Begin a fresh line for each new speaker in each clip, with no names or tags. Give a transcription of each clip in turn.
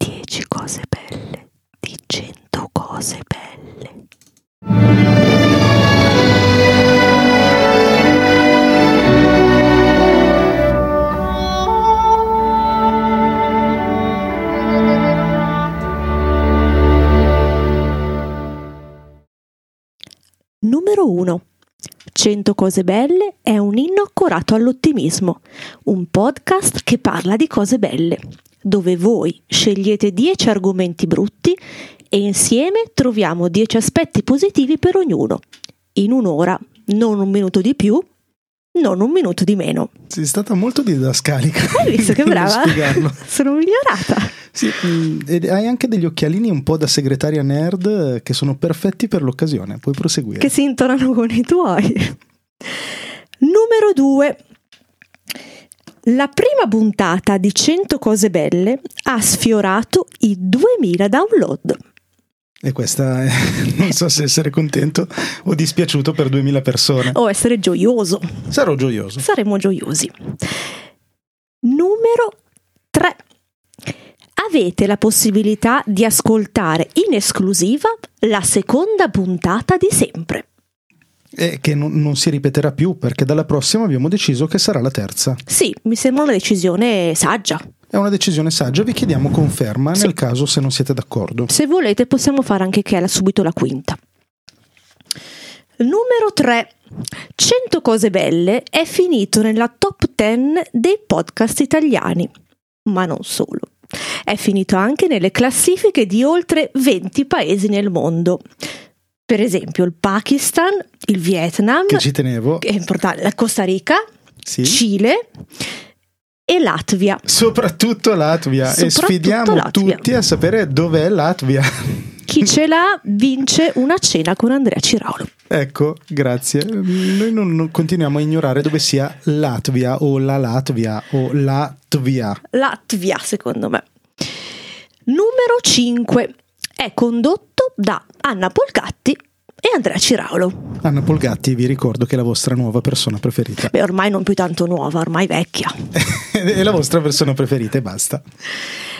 10 cose belle di 100 cose belle. Numero 1. 100 cose belle è un inno accorato all'ottimismo, un podcast che parla di cose belle, dove voi scegliete 10 argomenti brutti e insieme troviamo 10 aspetti positivi per ognuno, in un'ora, non un minuto di più, non un minuto di meno.
Sei stata molto didascalica.
Hai visto che
Devo
brava?
spiegarlo.
Sono migliorata.
Sì, mm, ed hai anche degli occhialini un po' da segretaria nerd eh, che sono perfetti per l'occasione. Puoi proseguire.
che si intonano con i tuoi. Numero 2. La prima puntata di 100 cose belle ha sfiorato i 2000 download.
E questa è- non so se essere contento o dispiaciuto per 2000 persone.
O Oh, essere gioioso,
Sarò gioioso.
saremo gioiosi. Numero 3. Avete la possibilità di ascoltare in esclusiva la seconda puntata di sempre.
E che non, non si ripeterà più perché dalla prossima abbiamo deciso che sarà la terza.
Sì, mi sembra una decisione saggia.
È una decisione saggia, vi chiediamo conferma
Sì.
nel caso se non siete d'accordo.
Se volete possiamo fare anche che è la- subito la quinta. Numero 3. 100 cose belle è finito nella top 10 dei podcast italiani, ma non solo. È finito anche nelle classifiche di oltre 20 paesi nel mondo. Per esempio il Pakistan, il Vietnam,
Che ci tenevo.
che è importante, la Costa Rica,
Sì.
Cile e Latvia.
Soprattutto Latvia.
Soprattutto
e sfidiamo
Latvia.
tutti a sapere dov'è Latvia.
Chi ce l'ha vince una cena con Andrea Ciraulo.
ecco, grazie. Noi non, non- continuiamo a ignorare dove sia Latvia o la Latvia o Latvia.
Latvia, secondo me. Numero 5 è condotto da Anna Polgatti e Andrea Ciraulo.
Anna Polgatti, vi ricordo che è la vostra nuova persona preferita.
Beh, ormai non più tanto nuova, ormai vecchia.
è la vostra persona preferita e basta.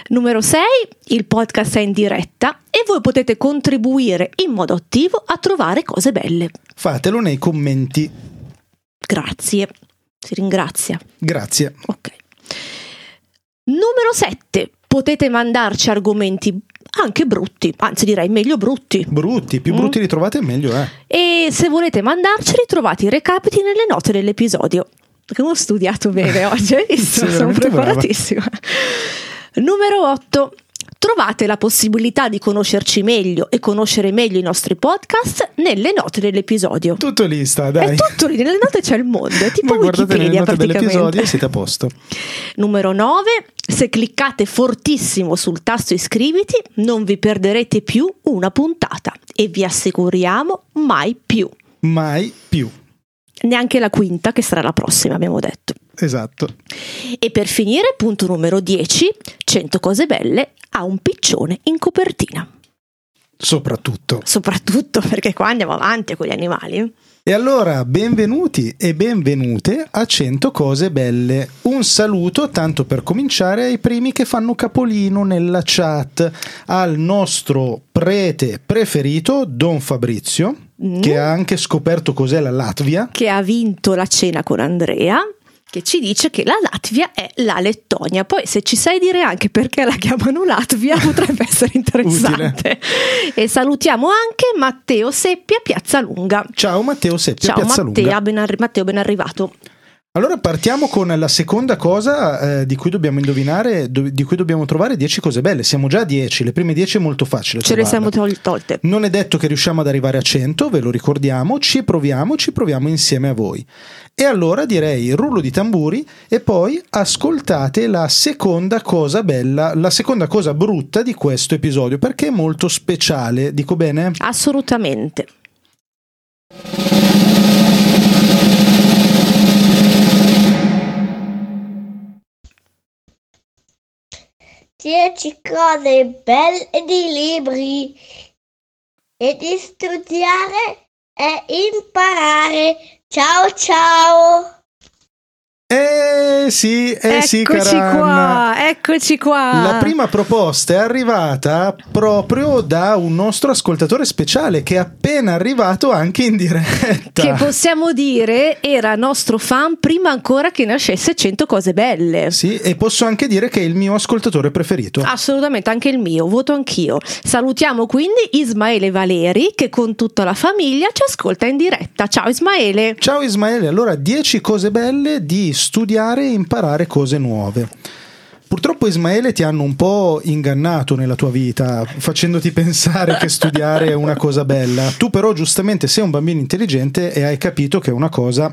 Numero 6, il podcast è in diretta e voi potete contribuire in modo attivo a trovare cose belle.
Fatelo nei commenti.
Grazie. Si ringrazia.
Grazie.
Ok. Numero 7, potete mandarci argomenti anche brutti, anzi direi meglio brutti.
Brutti,
Mm?
più brutti li trovate meglio è.
E se volete mandarceli, trovate i recapiti nelle note dell'episodio. Perché ho studiato bene oggi, hai visto?
Sei
sono
veramente brava.
preparatissima. Numero 8. Trovate la possibilità di conoscerci meglio e conoscere meglio i nostri podcast nelle note dell'episodio.
Tutto lì sta,
È
dai.
tutto lì, nelle note c'è il mondo, è tipo
Voi guardate nelle
Wikipedia
note dell'episodio
praticamente.
e siete a posto.
Numero 9. Se cliccate fortissimo sul tasto iscriviti, non vi perderete più una puntata e vi assicuriamo mai più.
Mai più.
neanche la quinta, che sarà la prossima, abbiamo detto.
Esatto.
E per finire, punto numero 10, 100 cose belle, ha un piccione in copertina.
Soprattutto.
Soprattutto perché qua andiamo avanti con gli animali.
E allora, benvenuti e benvenute a 100 cose belle. Un saluto, tanto per cominciare, ai primi che fanno capolino nella chat, al nostro prete preferito, Don Fabrizio,
Mm.
che ha anche scoperto cos'è la Latvia.
Che ha vinto la cena con Andrea, che ci dice che la Latvia è la Lettonia. Poi se ci sai dire anche perché la chiamano Latvia potrebbe essere interessante. e salutiamo anche Matteo Seppia Piazzalunga.
Ciao Matteo Seppia
Ciao
Piazzalunga.
Mattea, ben arri- Matteo, ben arrivato.
Allora partiamo con la seconda cosa eh, di cui dobbiamo indovinare, do- di cui dobbiamo trovare 10 cose belle. Siamo già a 10, le prime 10 è molto facile.
Ce le siamo
trovarle.
tol- tolte.
Non è detto che riusciamo ad arrivare a 100, ve lo ricordiamo, ci proviamo, ci proviamo insieme a voi. E allora direi rullo di tamburi e poi ascoltate la seconda cosa bella, la seconda cosa brutta di questo episodio, perché è molto speciale, dico bene?
Assolutamente.
Dieci cose belle di libri e di studiare e imparare. Ciao ciao!
Eh sì, eh sì,
eccoci
cara Anna.
qua, eccoci qua.
La prima proposta è arrivata proprio da un nostro ascoltatore speciale che è appena arrivato anche in diretta.
che possiamo dire era nostro fan prima ancora che nascesse 100 cose belle.
Sì, e posso anche dire che è il mio ascoltatore preferito.
Assolutamente, anche il mio, voto anch'io. Salutiamo quindi Ismaele Valeri che con tutta la famiglia ci ascolta in diretta. Ciao Ismaele.
Ciao Ismaele, allora 10 cose belle di studiare e imparare cose nuove. Purtroppo Ismaele ti hanno un po' ingannato nella tua vita, facendoti pensare che studiare è una cosa bella. Tu però giustamente sei un bambino intelligente e hai capito che è una cosa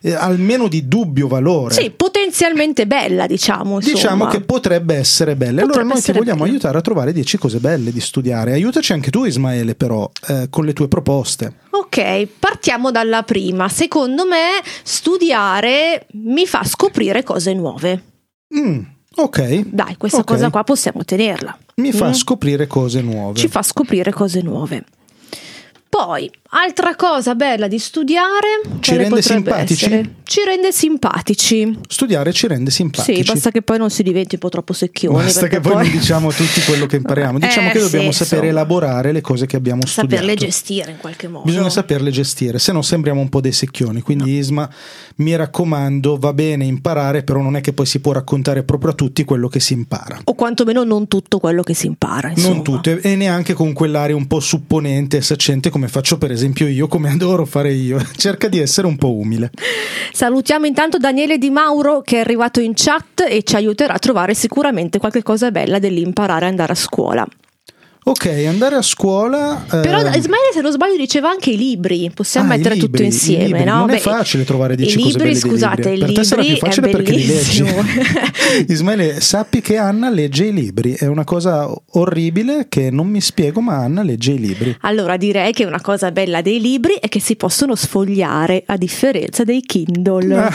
eh, almeno di dubbio valore.
Sì, potenzialmente bella, diciamo. Insomma.
Diciamo che potrebbe essere bella.
Potrebbe
allora noi ti
essere
vogliamo
bella.
aiutare a trovare 10 cose belle di studiare. Aiutaci anche tu Ismaele però eh, con le tue proposte.
Ok, partiamo dalla prima. Secondo me studiare mi fa scoprire cose nuove.
Mm, ok.
Dai, questa
Ok.
cosa qua possiamo tenerla.
Mi fa
Mm.
scoprire cose nuove.
Ci fa scoprire cose nuove. Poi, altra cosa bella di studiare,
Ci
quale
rende
potrebbe
simpatici?
essere? Ci rende simpatici.
Studiare ci rende simpatici.
Sì, basta che poi non si diventi un po' troppo secchioni.
Basta
perché
che poi non diciamo tutti quello che impariamo. Diciamo
Eh,
che dobbiamo
sì,
sapere
insomma.
elaborare le cose che abbiamo studiato.
saperle gestire in qualche modo.
Bisogna saperle gestire, se no sembriamo un po' dei secchioni. Quindi, Isma, mi raccomando, va bene imparare, però non è che poi si può raccontare proprio a tutti quello che si impara.
o quantomeno non tutto quello che si impara. Insomma.
Non tutte, e neanche con quell'aria un po' supponente e saccente come faccio per esempio io, come adoro fare io. Cerca di essere un po' umile.
Salutiamo intanto Daniele Di Mauro che è arrivato in chat e ci aiuterà a trovare sicuramente qualche cosa bella dell'imparare a andare a scuola.
Ok, andare a scuola...
Però
ehm,
Ismaele, se non sbaglio, diceva anche i libri. Possiamo
Ah, i
mettere
libri,
tutto
i
insieme,
libri.
no?
Non è
Beh,
facile trovare 10
i
cose
libri,
belle dei
scusate,
libri.
i
Per te sarà più
libri
facile
è
perché li leggi.
bellissimo.
Ismaele, sappi che Anna legge i libri, è una cosa orribile che non mi spiego, ma Anna legge i libri.
Allora direi che una cosa bella dei libri è che si possono sfogliare a differenza dei Kindle
Ah,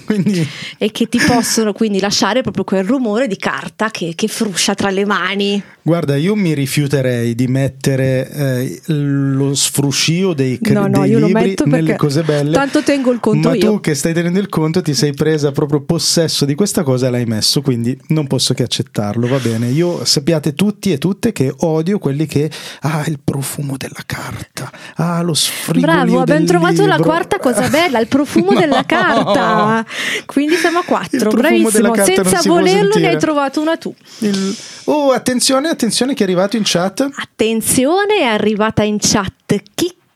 quindi
e che ti possono quindi lasciare proprio quel rumore di carta che, che fruscia tra le mani.
guarda, io mi rifiuterei di mettere eh, lo sfruscio dei, cre-
No, no,
dei
io lo
libri
metto
nelle
perché
cose belle.
tanto tengo il conto
ma
io.
tu che stai tenendo il conto ti sei presa proprio possesso di questa cosa e l'hai messo, quindi non posso che accettarlo, va bene. Io sappiate tutti e tutte che odio quelli che ah il profumo della carta, ah lo sfrigolio
Bravo, abbiamo
del
trovato la
libro.
quarta cosa bella, il profumo
No!
della carta. Quindi siamo a
Il
quattro,
profumo
bravissimo.
della carta non
Senza
si può
volerlo ne
sentire.
hai trovato una tu.
Il- Oh, attenzione, attenzione che è arrivato in chat.
Attenzione, è arrivata in chat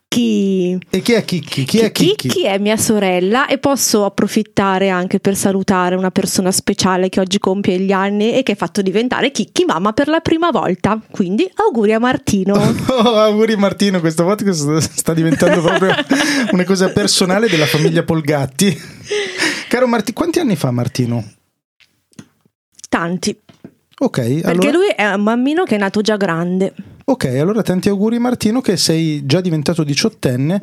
Chicchi.
E chi è Chicchi? Chi è Chicchi?
Chicchi è mia sorella e posso approfittare anche per salutare una persona speciale che oggi compie gli anni e che è fatto diventare Chicchi mamma per la prima volta. Quindi auguri a Martino.
Oh, auguri Martino, questo podcast sta diventando proprio una cosa personale della famiglia Polgatti. Caro Martino, quanti anni fa Martino?
Tanti,
Ok,
perché
allora...
lui è un mammino che è nato già grande.
Ok, allora tanti auguri Martino che sei già diventato diciottenne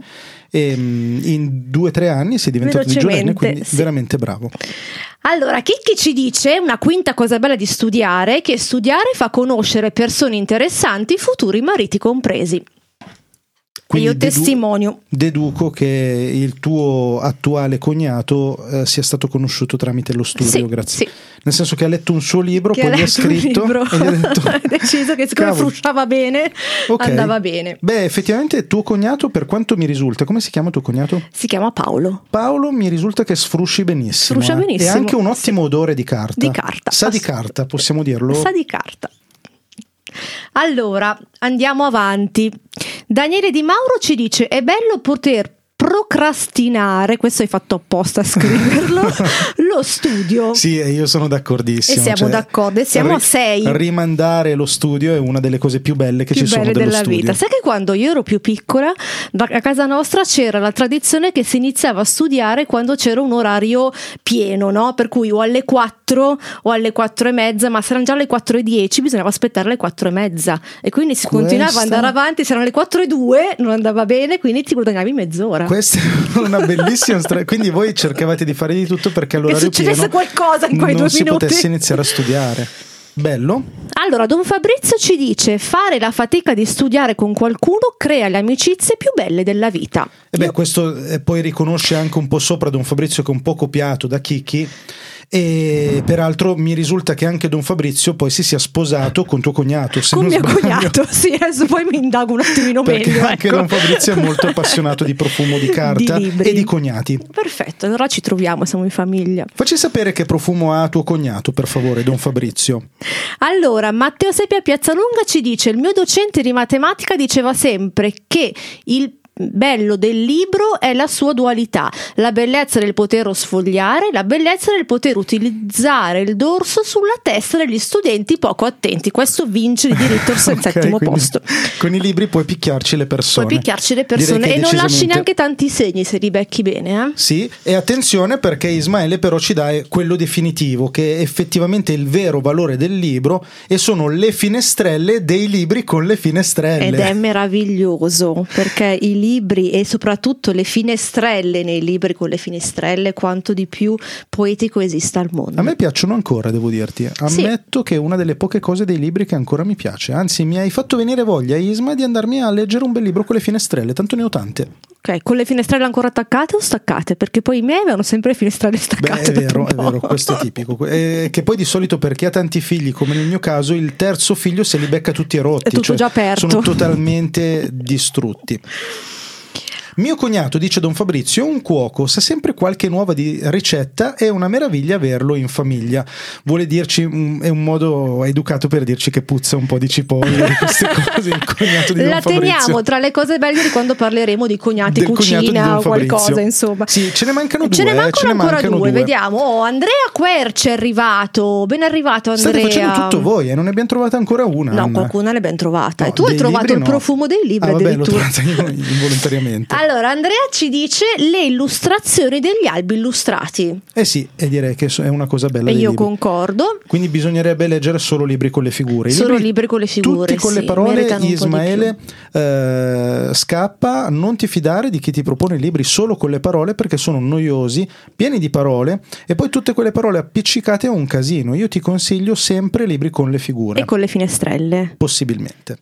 e mm, in due o tre anni sei diventato
Velocemente,
diciottenne, quindi
sì.
veramente bravo.
Allora, Chicchi ci dice una quinta cosa bella di studiare, che studiare fa conoscere persone interessanti, futuri mariti compresi.
Quindi
e io
dedu-
testimonio.
Deduco che il tuo attuale cognato eh, sia stato conosciuto tramite lo studio,
Sì,
grazie.
sì.
Nel senso che ha letto un suo libro,
Che
poi
ha
gli ha
letto un
scritto
libro.
e gli ha detto...
Ha deciso che siccome
"Cavolo,
frusciava bene,
ok."
andava bene.
Beh, effettivamente tuo cognato, per quanto mi risulta, come si chiama tuo cognato?
Si chiama Paolo.
Paolo mi risulta che sfrusci benissimo.
Sfruscia
eh.
benissimo,
E ha anche un
sì.
ottimo odore di carta.
Di carta.
Sa di
Ass-
carta, possiamo dirlo.
Sa di carta. Allora, andiamo avanti. Daniele Di Mauro ci dice: è bello poter procrastinare, questo hai fatto apposta a scriverlo, lo studio.
Sì, eh, io sono d'accordissimo. cioè,
E siamo d'accordo, e siamo a sei.
Rimandare lo studio è una delle cose più belle che
più
ci sono
belle
dello
della
studio.
vita. Sai che quando io ero più piccola, da- a casa nostra c'era la tradizione che si iniziava a studiare quando c'era un orario pieno, no? Per cui o alle 4 o alle 4 e mezza, ma se erano già le 4 e 10, bisognava aspettare le 4 e mezza. E quindi si continuava ad
Questa-
andare avanti, se erano le 4 e 2 non andava bene, quindi ti guadagnavi mezz'ora.
Questa è una bellissima storia. Quindi voi cercavate di fare di tutto perché allora
succedesse qualcosa in quei
non
due
si
minuti.
potesse iniziare a studiare. Bello?
Allora, Don Fabrizio ci dice: fare la fatica di studiare con qualcuno crea le amicizie più belle della vita.
E beh, questo eh, poi riconosce anche un po' sopra Don Fabrizio che è un po' copiato da Chicchi. E peraltro mi risulta che anche Don Fabrizio poi si sia sposato con tuo cognato. Se
con
non
mio
sbaglio.
cognato, sì, adesso poi mi indago un attimino
Perché
meglio.
anche
ecco.
Don Fabrizio è molto appassionato di profumo di carta
libri.
e di cognati.
Perfetto, allora ci troviamo, siamo in famiglia.
Facci sapere che profumo ha tuo cognato, per favore, Don Fabrizio.
Allora, Matteo Sepia Piazzalunga ci dice: Il mio docente di matematica diceva sempre che il bello del libro è la sua dualità, la bellezza del poterlo sfogliare, la bellezza del poter utilizzare il dorso sulla testa degli studenti poco attenti. Questo vince il diritto al
Ok,
settimo
quindi
posto.
Con i libri puoi picchiarci le persone.
Puoi picchiarci le
Direi
persone
che
e non lasci
decisamente-
neanche tanti segni se li becchi bene, eh?
Sì, e attenzione perché Ismaele però ci dà eh, quello definitivo, che è effettivamente il vero valore del libro e sono le finestrelle dei libri con le finestrelle.
Ed è meraviglioso perché i libri e soprattutto le finestrelle nei libri con le finestrelle, quanto di più poetico esista al mondo.
A me piacciono ancora, devo dirti.
Sì.
Ammetto che è una delle poche cose dei libri che ancora mi piace. Anzi, mi hai fatto venire voglia, Isma, di andarmi a leggere un bel libro con le finestrelle, tanto ne ho tante.
Ok, con le finestrelle ancora attaccate o staccate? Perché poi i miei avevano sempre le finestrelle
Beh,
staccate.
è
dopo
vero,
un
è
po'.
vero, questo è tipico. Eh, che poi di solito per chi ha tanti figli, come nel mio caso, il terzo figlio se li becca tutti
È
rotti.
tutto
cioè
già aperto.
Sono totalmente distrutti. Mio cognato, dice Don Fabrizio, è un cuoco, sa sempre qualche nuova di ricetta e è una meraviglia averlo in famiglia. Vuole dirci, mm, è un modo educato per dirci che puzza un po' di cipolle, di queste cose, il cognato di
La
Don Fabrizio.
teniamo tra le cose belle di quando parleremo di cognati,
Del cognato di
cucina
Don
o
Fabrizio.
qualcosa, insomma.
Sì, ce ne mancano
Ce ne
due, eh,
mancano
ce ne
ancora
mancano
due,
due.
vediamo. Oh, Andrea Querci è arrivato. Ben arrivato, Andrea.
State facendo tutto voi e non ne abbiamo trovata ancora una.
No,
Anna.
qualcuna l'abbiamo trovata.
No,
e tu hai
dei
trovato
libri
il
no.
profumo dei libri
Ah, vabbè, l'ho
addirittura.
trovata io involontariamente.
Allora, Andrea ci dice le illustrazioni degli albi illustrati.
eh sì, e direi che so- è una cosa bella.
e
dei
io
libri.
concordo.
Quindi bisognerebbe leggere solo libri con le figure. I
Solo libri con le figure,
Tutti con le
sì,
parole,
meritano un po' di
Ismaele, eh, scappa, non ti fidare di chi ti propone libri solo con le parole perché sono noiosi, pieni di parole e poi tutte quelle parole appiccicate è un casino. Io ti consiglio sempre libri con le figure,
E con le finestrelle.
possibilmente.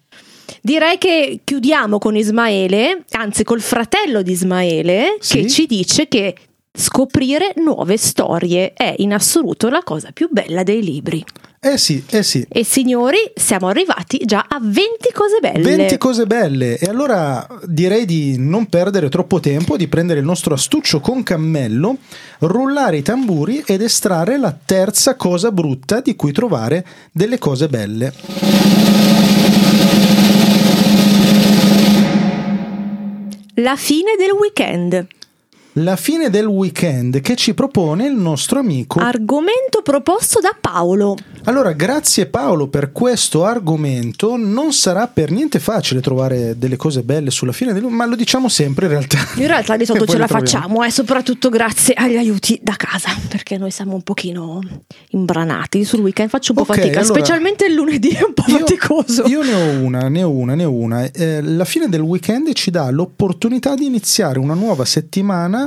Direi che chiudiamo con Ismaele, anzi col fratello di Ismaele,
Sì.
che ci dice che scoprire nuove storie è in assoluto la cosa più bella dei libri.
Eh sì, eh sì.
E signori, siamo arrivati già a 20 cose belle.
20 cose belle e allora direi di non perdere troppo tempo, di prendere il nostro astuccio con cammello, rullare i tamburi ed estrarre la terza cosa brutta di cui trovare delle cose belle.
La fine del weekend.
La fine del weekend che ci propone il nostro amico.
Argomento proposto da Paolo.
Allora, grazie Paolo per questo argomento. Non sarà per niente facile trovare delle cose belle sulla fine del ma lo diciamo sempre in realtà.
In realtà di solito
E poi
ce la
le troviamo.
facciamo, eh, soprattutto grazie agli aiuti da casa, perché noi siamo un pochino imbranati sul weekend, faccio un po'
Ok,
fatica,
allora-
specialmente il lunedì è un po' faticoso.
Io ne ho una, ne ho una, ne ho una. Eh, la fine del weekend ci dà l'opportunità di iniziare una nuova settimana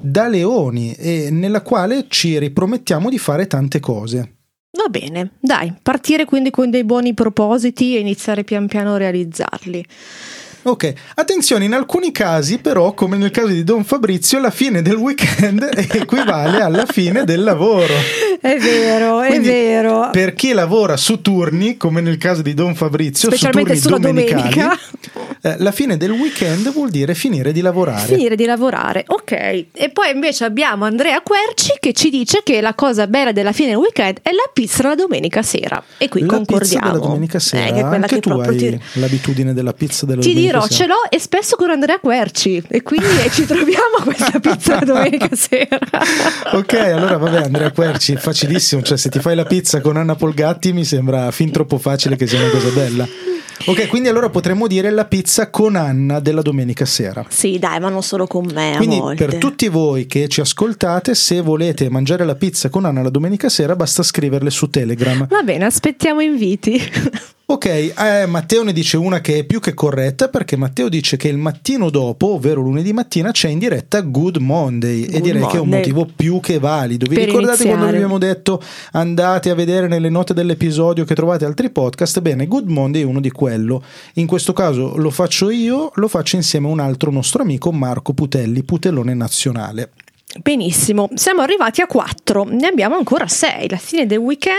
da leoni, e nella quale ci ripromettiamo di fare tante cose.
Va bene, dai, partire quindi con dei buoni propositi e iniziare pian piano a realizzarli.
Ok, attenzione, in alcuni casi però, come nel caso di Don Fabrizio, la fine del weekend equivale alla fine del lavoro.
È vero, è
Quindi,
vero.
Per chi lavora su turni, come nel caso di Don Fabrizio,
Specialmente
su
sulla
turni domenicali,
domenica.
Eh, la fine del weekend vuol dire finire di lavorare.
Finire di lavorare, ok. E poi invece abbiamo Andrea Querci che ci dice che la cosa bella della fine del weekend è la pizza la domenica sera. E qui
la
concordiamo.
pizza della domenica sera.
Eh, che è quella
Anche
che
tu
proprio
hai
ti-
l'abitudine della pizza della
Ti
domenica
dirò,
sera.
ce l'ho e spesso con Andrea Querci e quindi eh, ci troviamo a questa pizza la domenica sera.
Ok, allora vabbè Andrea Querci, facilissimo, cioè se ti fai la pizza con Anna Polgatti mi sembra fin troppo facile che sia una cosa bella. Ok, quindi allora potremmo dire la pizza con Anna della domenica sera.
Sì, dai, ma non solo con me
Quindi
a volte.
per tutti voi che ci ascoltate, se volete mangiare la pizza con Anna la domenica sera, basta scriverle su Telegram.
Va bene, aspettiamo inviti.
Ok, eh, Matteo ne dice una che è più che corretta perché Matteo dice che il mattino dopo, ovvero lunedì mattina, c'è in diretta Good Monday e
Good
direi che è un
Monday.
motivo più che valido. Vi
Per
ricordate quando
iniziare.
vi abbiamo detto andate a vedere nelle note dell'episodio che trovate altri podcast? Bene, Good Monday è uno di quello. In questo caso lo faccio io, lo faccio insieme a un altro nostro amico Marco Putelli, Putellone Nazionale.
Benissimo, siamo arrivati a 4, ne abbiamo ancora 6. La fine del weekend.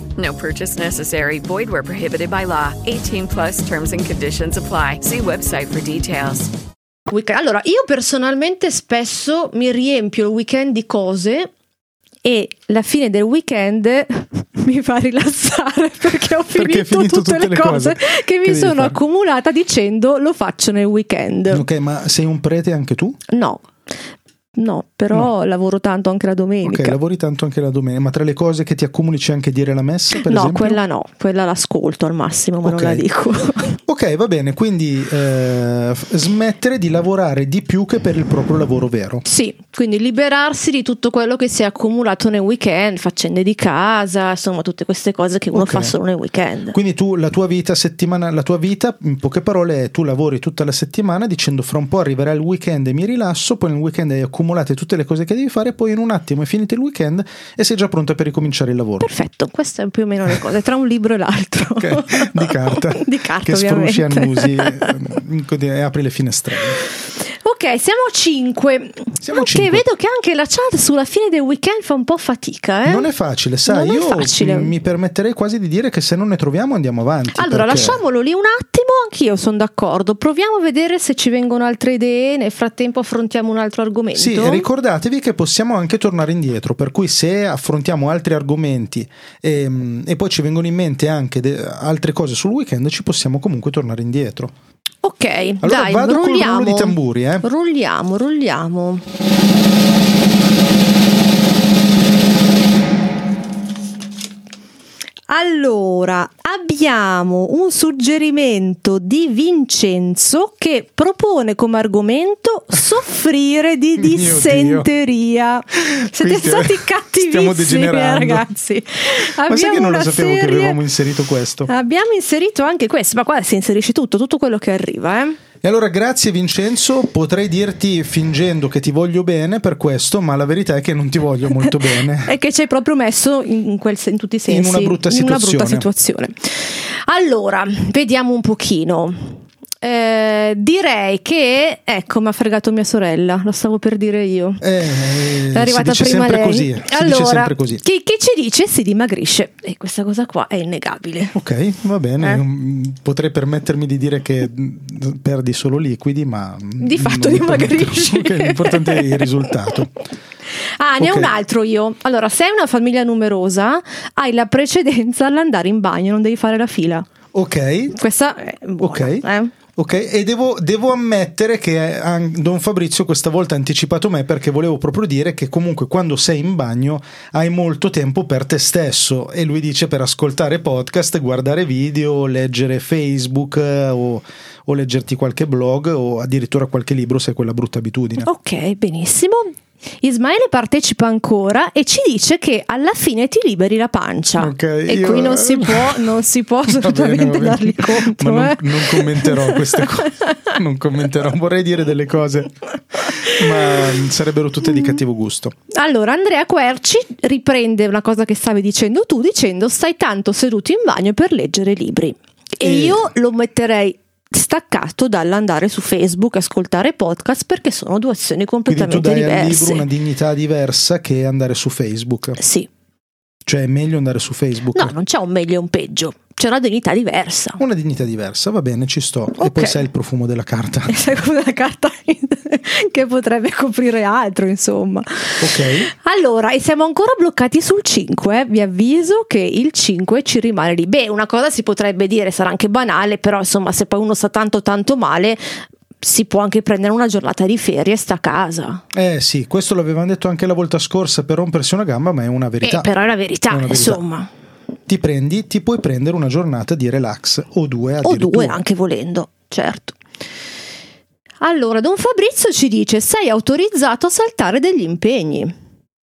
No purchase necessary. Void where prohibited by law. 18 plus terms and conditions apply. See website for details.
weekend. Allora, io personalmente spesso mi riempio il weekend di cose e la fine del weekend mi fa rilassare perché ho finito,
Perché hai finito
tutte, le cose, che mi
devi
sono
fare.
accumulata dicendo lo faccio nel weekend.
ok, ma sei un prete anche tu?
No. No, però lavoro tanto anche la
Ok,
domenica.
lavori tanto anche la domenica, ma tra le cose che ti accumuli c'è anche dire la messa, per
no,
esempio?
quella no, quella l'ascolto al massimo, ma
Ok.
non la dico.
Ok, va bene, quindi eh, f- smettere di lavorare di più che per il proprio lavoro vero.
sì, quindi liberarsi di tutto quello che si è accumulato nel weekend, faccende di casa, insomma, tutte queste cose che uno
Ok.
fa solo nel weekend.
Quindi tu la tua vita settimana, la tua vita, in poche parole, è tu lavori tutta la settimana dicendo fra un po' arriverà il weekend e mi rilasso, poi nel weekend hai accumulate tutte le cose che devi fare, poi in un attimo è finito il weekend e sei già pronta per ricominciare il lavoro.
Perfetto, queste è più o meno le cose tra un libro e l'altro.
Ok, Di carta,
Di carta,
che
ovviamente.
sfrusci annusi eh, e apri le finestrelle.
Ok, siamo a 5.
Siamo a
Anche
cinque.
vedo che anche la chat sulla fine del weekend fa un po' fatica, eh?
Non è facile, sai,
Non è
io
facile.
mi permetterei quasi di dire che se non ne troviamo andiamo avanti.
Allora,
perché-
lasciamolo lì un attimo, anch'io sono d'accordo. Proviamo a vedere se ci vengono altre idee. Nel frattempo affrontiamo un altro argomento.
Sì, e ricordatevi che possiamo anche tornare indietro, per cui se affrontiamo altri argomenti ehm, e, poi ci vengono in mente anche de- altre cose sul weekend, ci possiamo comunque tornare indietro.
Ok,
Allora
dai,
vado col rullo
rulliamo.
di tamburi, eh.
Rulliamo, rulliamo. Allora, abbiamo un suggerimento di Vincenzo che propone come argomento soffrire di
Mio Dio.
dissenteria. Siete
Quindi,
stati
eh,
cattivissimi,
stiamo
eh,
degenerando.
ragazzi.
Ma sai
Abbiamo
che non lo
una
sapevo che
serie-
avevamo inserito questo?
Abbiamo inserito anche questo, ma qua si inserisce tutto, tutto quello che arriva, eh.
E allora grazie Vincenzo, potrei dirti fingendo che ti voglio bene per questo, ma la verità è che non ti voglio molto bene.
E che ci hai proprio messo in, quel sen- in tutti i sensi.
Eh. una brutta
una brutta
situazione.
situazione. Allora, vediamo un pochino. Eh, direi che, ecco, mi ha fregato mia sorella, lo stavo per dire io.
Eh,
È arrivata
si dice
prima
sempre
lei.
così. eh, Si
allora,
dice sempre così.
Che, che ci dice? Si dimagrisce. E questa cosa qua è innegabile.
Ok, va bene.
Eh?
Mm, Potrei permettermi di dire che mm, perdi solo liquidi, ma mm,
Di fatto
non mi permetto-
dimagrisci.
Ok, l'importante è il risultato.
Ah, ne ho
Ok.
un altro io. Allora, se hai una famiglia numerosa, hai la precedenza all'andare in bagno, non devi fare la fila.
Ok,
Questa è buona,
Ok.
eh.
Ok, e devo, devo ammettere che eh, an- Don Fabrizio questa volta ha anticipato me perché volevo proprio dire che comunque quando sei in bagno hai molto tempo per te stesso e lui dice per ascoltare podcast, guardare video, leggere Facebook eh, o, o leggerti qualche blog o addirittura qualche libro se hai quella brutta abitudine.
Ok, benissimo. Ismaele partecipa ancora e ci dice che alla fine ti liberi la pancia.
Ok,
e
io-
qui non si può, non si può
Va bene,
assolutamente
va bene.
dargli conto.
Ma non,
eh.
non commenterò queste cose. Non commenterò, vorrei dire delle cose, ma mm, sarebbero tutte di cattivo gusto.
Allora, Andrea Querci riprende una cosa che stavi dicendo tu, dicendo stai tanto seduto in bagno per leggere libri. E,
E-
io lo metterei staccato dall'andare su Facebook, ascoltare podcast, perché sono due azioni
Quindi tu
completamente
dai al libro
diverse.
una dignità diversa che andare su Facebook.
Sì,
Cioè è meglio andare su Facebook.
no, non c'è un meglio e un peggio, c'è una dignità diversa.
Una dignità diversa, va bene, ci sto. E
Ok.
poi sai il profumo della carta.
Sai come la carta che potrebbe coprire altro, insomma.
Ok.
Allora, e siamo ancora bloccati sul 5, eh. vi avviso che il 5 ci rimane lì. Beh, una cosa si potrebbe dire, sarà anche banale, però insomma, se poi uno sta tanto tanto male, si può anche prendere una giornata di ferie e sta a casa.
Eh sì, questo l'avevamo detto anche la volta scorsa per rompersi una gamba, ma è una verità.
Eh, però è la verità,
È una verità.
insomma,
Ti prendi, ti puoi prendere una giornata di relax o due
o due
addirittura.
anche volendo, certo. Allora, Don Fabrizio ci dice: Sei autorizzato a saltare degli impegni.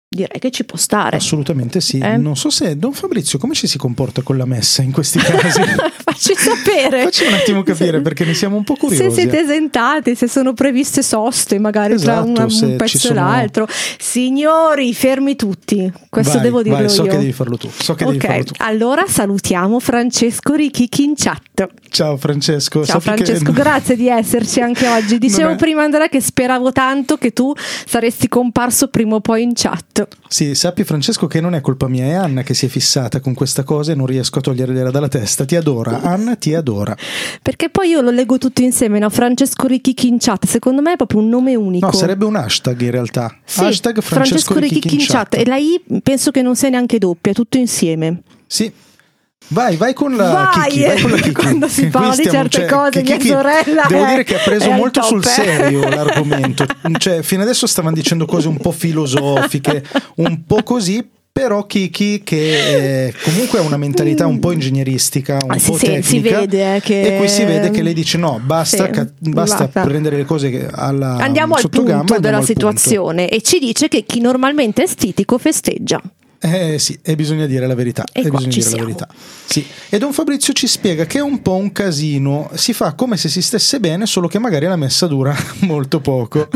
Direi che ci può stare.
Assolutamente sì.
Eh?
Non so se Don Fabrizio come ci si comporta con la messa in questi casi.
Facci sapere.
Facci un attimo capire
Se-
perché ne siamo un po'
Se
curiosi.
siete esentati, se sono previste soste magari
Esatto,
tra
se
una- un
ci
pezzo
sono-
e l'altro. Signori, fermi tutti. Questo
Vai,
devo dirlo
vai, so
io.
che devi farlo tu. So che
ok,
devi farlo tu.
allora salutiamo Francesco Richichi in chat.
Ciao Francesco.
Ciao
sappi che-
Francesco, grazie di esserci anche oggi. Dicevo
Non è-
prima Andrea che speravo tanto che tu saresti comparso prima o poi in chat.
Sì, sappi Francesco che non è colpa mia, è Anna che si è fissata con questa cosa e non riesco a togliergliela dalla testa. Ti adora, Anna ti adora.
Perché poi io lo leggo tutto insieme, no? Francesco Richichi in chat, secondo me è proprio un nome unico.
No, sarebbe un hashtag in realtà.
Ecco. Sì,
hashtag Francesco, Ricchicchi in chat.
E la I penso che non sia neanche doppia, è tutto insieme.
Sì. Vai, vai con la
Vai,
Kiki, vai con la Kiki.
quando si
Che qui
parla di
stiamo-
certe
cioè,
cose,
che
mia
Kiki-
sorella
Devo
è-
dire che ha
è
preso
al
molto
top,
sul
eh.
serio l'argomento. Cioè, fino adesso stavano dicendo cose un po' filosofiche, un po' così. Però Kiki, che eh, comunque ha una mentalità un po' ingegneristica, un
Ah, sì,
po'
sì, si
tecnica,
vede, eh, che-
e qui si vede che lei dice: No, basta,
Sì,
ca- basta
basta.
prendere le cose che- alla
andiamo al
sottogamba,
punto
Ah, andiamo
della
al punto.
situazione e ci dice che chi normalmente è stitico festeggia.
Eh sì, e bisogna dire la verità.
E qua
bisogna
ci
dire la
siamo.
verità. Sì. E Don Fabrizio ci spiega che è un po' un casino. Si fa come se si stesse bene, solo che magari la messa dura molto poco.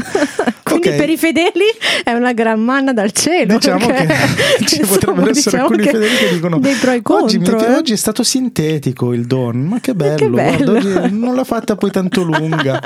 Quindi
Ok.
per i fedeli è una gran manna dal cielo.
Diciamo
perché,
che ci
insomma,
potrebbero essere
diciamo
alcuni
che
fedeli che dicono:
dei pro e contro.
oggi, mi-
eh.
oggi è stato sintetico il Don, ma che bello,
Che bello."
guarda, oggi non l'ha fatta poi tanto lunga.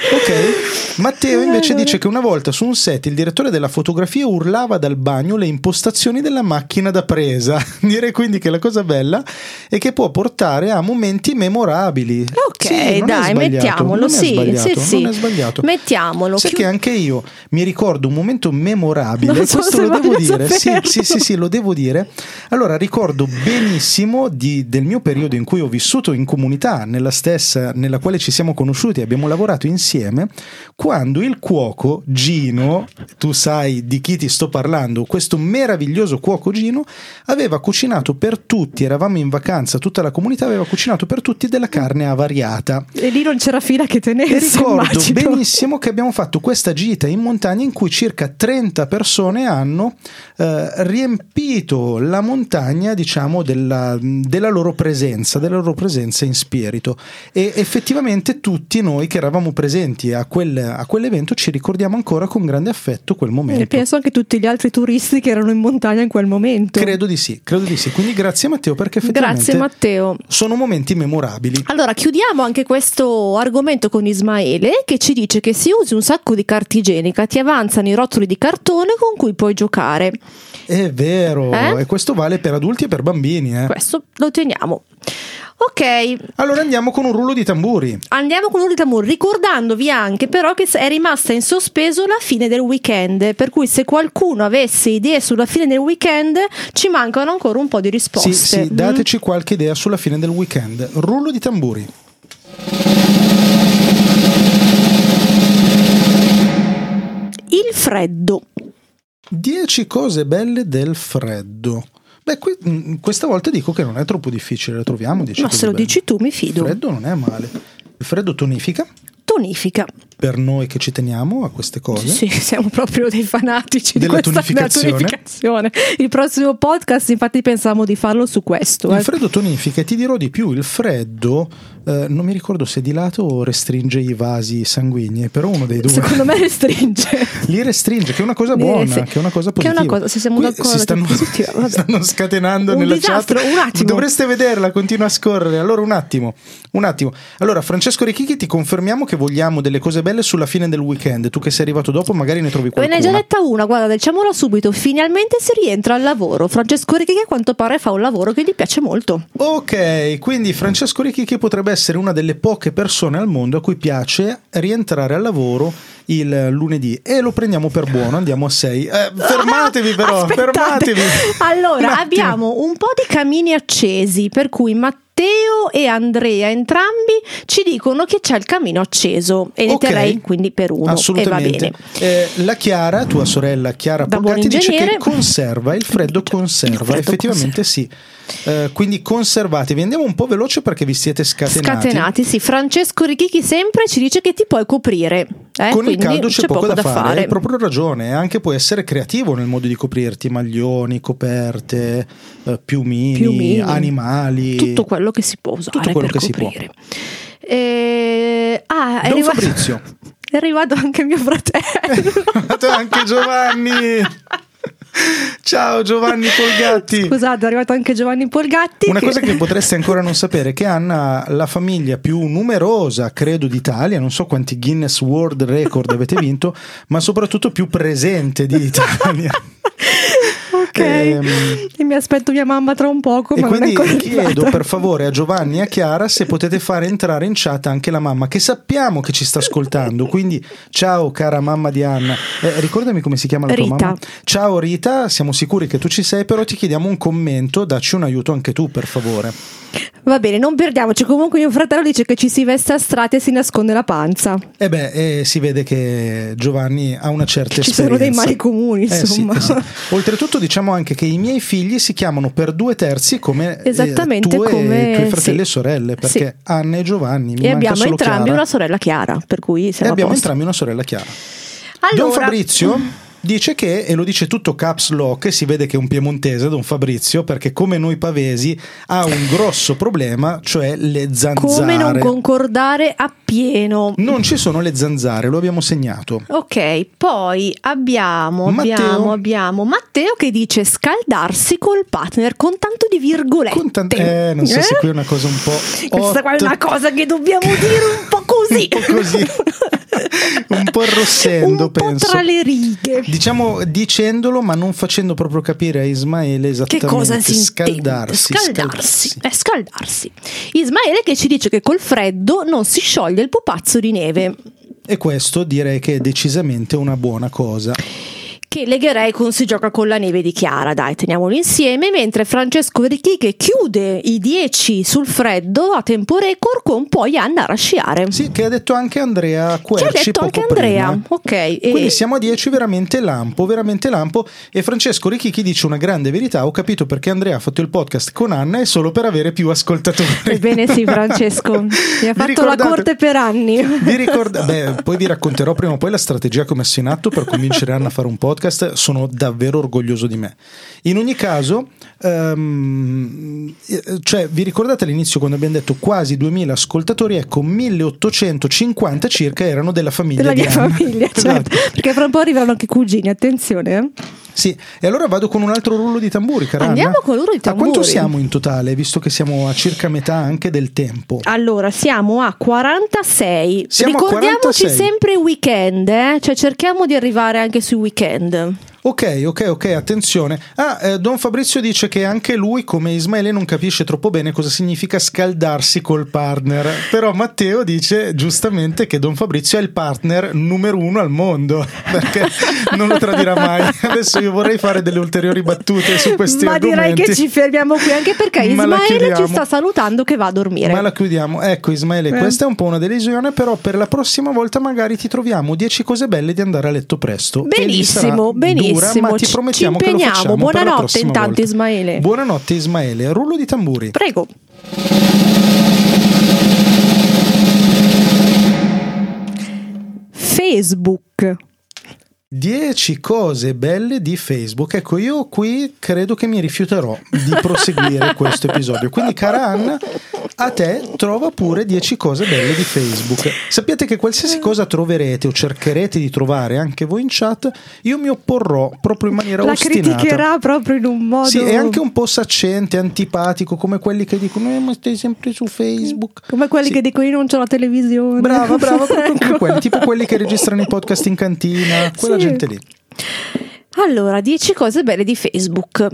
Ok, Matteo invece
Allora.
dice che una volta su un set il direttore della fotografia urlava dal bagno le impostazioni della macchina da presa. Direi quindi che la cosa bella è che può portare a momenti memorabili.
Ok,
Sì, non è
dai,
sbagliato,
mettiamolo,
non è
sì,
sbagliato,
sì, sì.
Non è sbagliato.
Mettiamolo,
Sai
chiud-
che anche io mi ricordo un momento memorabile,
Non so
questo
se
lo devo
voglio
dire. Sì,
saperlo.
sì, sì, sì, lo devo dire. Allora, ricordo benissimo di- del mio periodo in cui ho vissuto in comunità, nella stessa nella quale ci siamo conosciuti, abbiamo lavorato insieme, quando il cuoco Gino, tu sai di chi ti sto parlando, questo meraviglioso cuoco Gino aveva cucinato per tutti, eravamo in vacanza, tutta la comunità aveva cucinato per tutti della carne avariata.
E lì non c'era fila che
E
tenesse.
ricordo
immagino.
benissimo che abbiamo fatto questa gita in montagna in cui circa 30 persone hanno eh, riempito la montagna, diciamo, della, della loro presenza, della loro presenza in spirito. E effettivamente tutti noi che eravamo presenti a, quel- a quell'evento ci ricordiamo ancora con grande affetto quel
E
momento.
penso anche tutti gli altri turisti che erano in montagna in quel momento.
Credo di sì, credo di sì. Quindi grazie Matteo perché effettivamente
Grazie Matteo.
sono momenti memorabili.
Allora, chiudiamo anche questo argomento con Ismaele che ci dice che se usi un sacco di carta igienica ti avanzano i rotoli di cartone con cui puoi giocare.
È vero,
Eh?
e questo vale per adulti e per bambini. eh.
Questo lo teniamo. Ok,
Allora andiamo con un rullo di tamburi.
andiamo con un ritamur, ricordandovi anche però che è rimasta in sospeso la fine del weekend, per cui se qualcuno avesse idee sulla fine del weekend ci mancano ancora un po' di risposte.
Sì, sì, dateci qualche idea sulla fine del weekend. Rullo di tamburi.
Il freddo.
10 cose belle del freddo. Beh, qui- mh, questa volta dico che non è troppo difficile, la troviamo. 10
Ma
cose
se lo
belle.
dici tu mi
Il
fido.
Certo freddo non è male. Il freddo tonifica
Tonifica.
per noi che ci teniamo a queste cose.
Sì, siamo proprio dei fanatici
Della
di questa della
tonificazione.
tonificazione. Il prossimo podcast, infatti, pensavamo di farlo su questo. eh.
Il freddo tonifica e ti dirò di più, il freddo eh, non mi ricordo se di lato restringe i vasi sanguigni, però uno dei due
Secondo me restringe.
li restringe, che è una cosa
Li-
buona,
sì.
che è una cosa
Che è
positiva.
una cosa- se siamo
Qui
d'accordo che
si
è
stanno,
positiva, vabbè.
stanno scatenando
Un
nella
disastro,
chat.
un attimo.
Dovreste vederla, continua a scorrere. Allora un attimo, un attimo. Allora Francesco Ricchichi ti confermiamo che vogliamo delle cose belle sulla fine del weekend. Tu che sei arrivato dopo magari ne trovi
Ve
qualcuna.
ne hai già detta una, guarda, diciamola subito. Finalmente si rientra al lavoro. Francesco Ricchi, che a quanto pare fa un lavoro che gli piace molto.
Ok, quindi Francesco Ricchi che potrebbe essere una delle poche persone al mondo a cui piace rientrare al lavoro il lunedì e lo prendiamo per buono, andiamo a 6. fermatevi però,
Aspettate.
fermatevi. Un
Allora,
attimo.
abbiamo un po' di camini accesi, per cui Matteo e Andrea entrambi ci dicono che c'è il camino acceso e ne
Ok.
terrei quindi per uno e va
Assolutamente.
bene.
Eh, la Chiara, tua sorella Chiara
Da buon
Polcatti, dice che
ingegnere.
conserva, il freddo conserva,
freddo
effettivamente sì. Eh, quindi conservatevi, andiamo un po' veloce perché vi siete scatenati.
Scatenati, sì. Francesco Richichi sempre ci dice che ti puoi coprire. eh,
Con il
quindi
caldo c'è, poco, da, fare.
fare.
hai proprio ragione. eh. Anche puoi essere creativo nel modo di coprirti: maglioni, coperte, eh, piumini,
Piumini.
animali.
Tutto quello che si può usare
Tutto quello
per
che si può.
coprire. Eh, ah, è
Don
arrivato,
Fabrizio.
è arrivato anche mio fratello.
Guardate anche Giovanni. Ciao Giovanni Polgatti.
Scusate, è arrivato anche Giovanni Polgatti.
Una cosa che potreste ancora non sapere è che Anna ha la famiglia più numerosa, credo, d'Italia, non so quanti Guinness World Record avete vinto, ma soprattutto più presente d'Italia.
Ok,
Ehm.
e mi aspetto mia mamma tra un poco.
E
ma non è
quindi
ancora
chiedo
arrivata.
per favore a Giovanni e a Chiara se potete fare entrare in chat anche la mamma, che sappiamo che ci sta ascoltando. Quindi, ciao cara mamma di Anna, Eh, ricordami come si chiama la
Rita.
tua mamma. Ciao Rita, siamo sicuri che tu ci sei, però ti chiediamo un commento, dacci un aiuto anche tu, per favore.
Va bene, non perdiamoci. Comunque, mio fratello dice che ci si veste a strati e si nasconde la panza.
E beh, eh, si vede che Giovanni ha una certa
Ci sono
esperienza.
dei mali comuni,
Eh sì,
insomma.
eh sì. Oltretutto diciamo anche che i miei figli si chiamano per due terzi come eh,
Esattamente
tu e
come-
i tuoi fratelli
sì.
e sorelle, perché
Sì.
Anna e Giovanni mi
e
manca
abbiamo
solo
entrambi
Chiara.
una sorella Chiara, per cui
E
siamo
abbiamo
a posto.
entrambi una sorella Chiara. Don
Allora,
Fabrizio dice che, e lo dice tutto caps lock, e si vede che è un piemontese, Don Fabrizio, perché come noi pavesi ha un grosso problema, cioè le zanzare.
come non concordare appieno?
Non ci sono le zanzare, lo abbiamo segnato.
Ok, poi abbiamo,
Matteo.
abbiamo, abbiamo Matteo che dice scaldarsi col partner con tanto di virgolette.
Con tan- eh, non so se
Eh?
qui è una cosa un po'.
Questa qua è
hot.
una cosa che dobbiamo dire un po' così.
Un po' così. Un po' arrossendo,
Un po'
penso.
tra le righe.
Diciamo dicendolo, ma non facendo proprio capire a Ismaele
Che
esattamente
cosa si intende?
scaldarsi,
Scaldarsi. Eh, scaldarsi. Ismaele che ci dice che col freddo non si scioglie il pupazzo di neve.
E questo direi che è decisamente una buona cosa.
Che legherei con si gioca con la neve di Chiara, dai, teniamolo insieme. Mentre Francesco Ricchi che chiude i 10 sul freddo a tempo record con poi andare a sciare.
Sì, che ha detto anche Andrea
Ci
Querci
ha detto
poco
anche Andrea,
prima.
ok. e-
Quindi siamo a 10, veramente lampo, veramente lampo. E Francesco Ricchichi dice una grande verità: ho capito perché Andrea ha fatto il podcast con Anna e solo per avere più ascoltatori.
Ebbene sì, Francesco, mi ha
Vi
fatto la
ricordate-
corte per anni.
Vi ricorda- beh, poi vi racconterò prima o poi la strategia che ho messo in atto per convincere Anna a fare un podcast. Sono davvero orgoglioso di me. In ogni caso, ehm, eh, cioè, vi ricordate all'inizio quando abbiamo detto quasi 2000 ascoltatori? Ecco, 1850 circa erano della famiglia
della
di
mia
Anna.
famiglia, certo.
Esatto.
Perché fra un po' arriveranno anche i cugini, attenzione. eh.
Sì, e allora vado con un altro rullo di tamburi, cara
Andiamo
Anna.
col rullo di
A quanto
tamburi.
siamo in totale, visto che siamo a circa metà anche del tempo?
Allora, siamo a 46.
Siamo a
Ricordiamoci
46.
sempre i weekend, eh? cioè cerchiamo di arrivare anche sui weekend.
Ok, ok, ok, attenzione. Ah, eh, Don Fabrizio dice che anche lui, come Ismaele, non capisce troppo bene cosa significa scaldarsi col partner. Però Matteo dice giustamente che Don Fabrizio è il partner numero uno al mondo, perché non lo tradirà mai. Adesso io vorrei fare delle ulteriori battute su questi
Ma
argomenti.
direi che ci fermiamo qui anche perché
Ma la
Ismaele ci
chiudiamo.
sta salutando che va a dormire. Eh.
Ma la chiudiamo. Ecco Ismaele, questa è un po' una delusione, però per la prossima volta magari ti troviamo 10 cose belle di andare a letto presto. E lì sarà
Benissimo, benissimo.
Dura, ma ti
Ci-
promettiamo
ci
che lo
impegniamo.
facciamo per la
Buonanotte
prossima
intanto,
volta.
Ismaele.
Buonanotte Ismaele, rullo di tamburi.
Prego. Facebook.
10 cose belle di Facebook. Ecco, io qui credo che mi rifiuterò di proseguire questo episodio. Quindi, cara Anna, a te trova pure 10 cose belle di Facebook. Sappiate che qualsiasi cosa troverete o cercherete di trovare anche voi in chat, io mi opporrò proprio in maniera
la
ostinata.
criticherà proprio in un modo.
Sì, è anche un po' saccente, antipatico, come quelli che dicono: "Eh, Ma stai sempre su Facebook.
Come quelli
Sì.
che dicono io non c'ho la televisione.
Brava, brava, proprio come
Ecco.
quelli, tipo quelli che registrano i podcast in cantina, quella
Sì.
gente lì.
Allora, 10 cose belle di Facebook.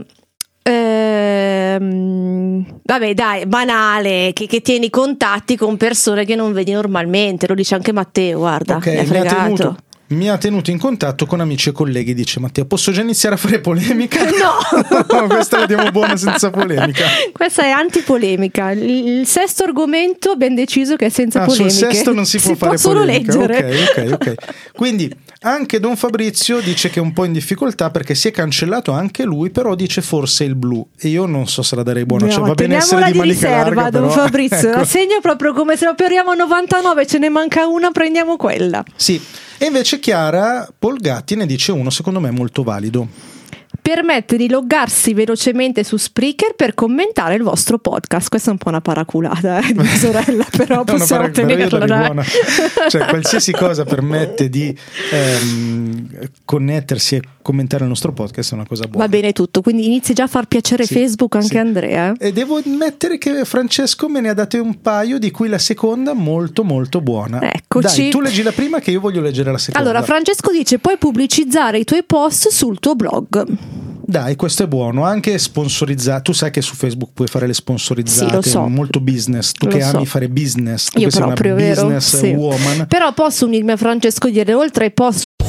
Ehm, vabbè, dai, banale, che, che tieni contatti con persone che non vedi normalmente, lo dice anche Matteo, guarda,
Ok,
mi ha
mi ha, tenuto,
fregato.
mi ha tenuto in contatto con amici e colleghi, dice Mattia. Posso già iniziare a fare polemica?
No!
Questa la diamo buona senza polemica.
Questa è antipolemica. Il, il sesto argomento abbiamo deciso che è senza
Ah, sul
polemiche.
sesto non si può fare
può solo
polemica.
leggere.
Ok, ok, ok. Quindi anche Don Fabrizio dice che è un po' in difficoltà perché si è cancellato anche lui, però dice forse il blu. E io non so se la darei buona.
No,
cioè, va bene essere
teniamola
di
di
manica
riserva,
larga,
Don
però-
Fabrizio.
ecco.
La segno proprio come se la operiamo a 99, ce ne manca una, prendiamo quella.
Sì. E invece Chiara Polgatti ne dice uno, secondo me, molto valido.
Permette di loggarsi velocemente su Spreaker per commentare il vostro podcast. Questa è un po' una paraculata eh, di mia sorella, però
È una
possiamo
parabola, io
tenerla.
darei
dai.
buona. Cioè, qualsiasi cosa permette di ehm, connettersi e commentare il nostro podcast è una cosa buona.
Va bene tutto, quindi inizi già a far piacere
Sì,
Facebook anche
sì.
Andrea. eh.
E devo ammettere che Francesco me ne ha date un paio, di cui la seconda molto molto buona.
Eccoci.
Dai, tu leggi la prima che io voglio leggere la seconda.
Allora, Francesco dice: puoi pubblicizzare i tuoi post sul tuo blog.
Dai, questo è buono, anche sponsorizzare. Tu sai che su Facebook puoi fare le sponsorizzate,
Sì, lo so.
molto business, tu
Lo
che
so.
ami fare business, tu
Io
che
proprio,
sei una
vero?
business
Sì.
woman.
Però posso unirmi a Francesco e dire: oltre ai post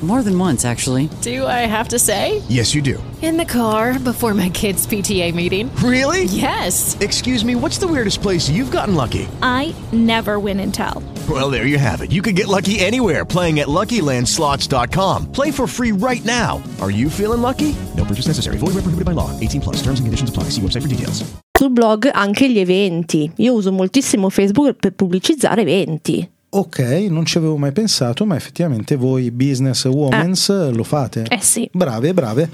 More than once, actually.
Do I have to say?
Yes, you do.
In the car before my kids' PTA meeting.
Really?
Yes.
Excuse me, what's the weirdest place you've gotten lucky?
I never win and tell.
Well, there you have it. You can get lucky anywhere playing at LuckyLandSlots.com. Play for free right now. Are you feeling lucky? No purchase necessary. Void where prohibited by law. 18 plus. Terms and conditions apply. See website for details.
sul blog anche gli eventi. Io uso moltissimo Facebook per pubblicizzare eventi.
Ok, non ci avevo mai pensato, ma effettivamente voi business womans lo fate.
Eh sì.
Brave, brave.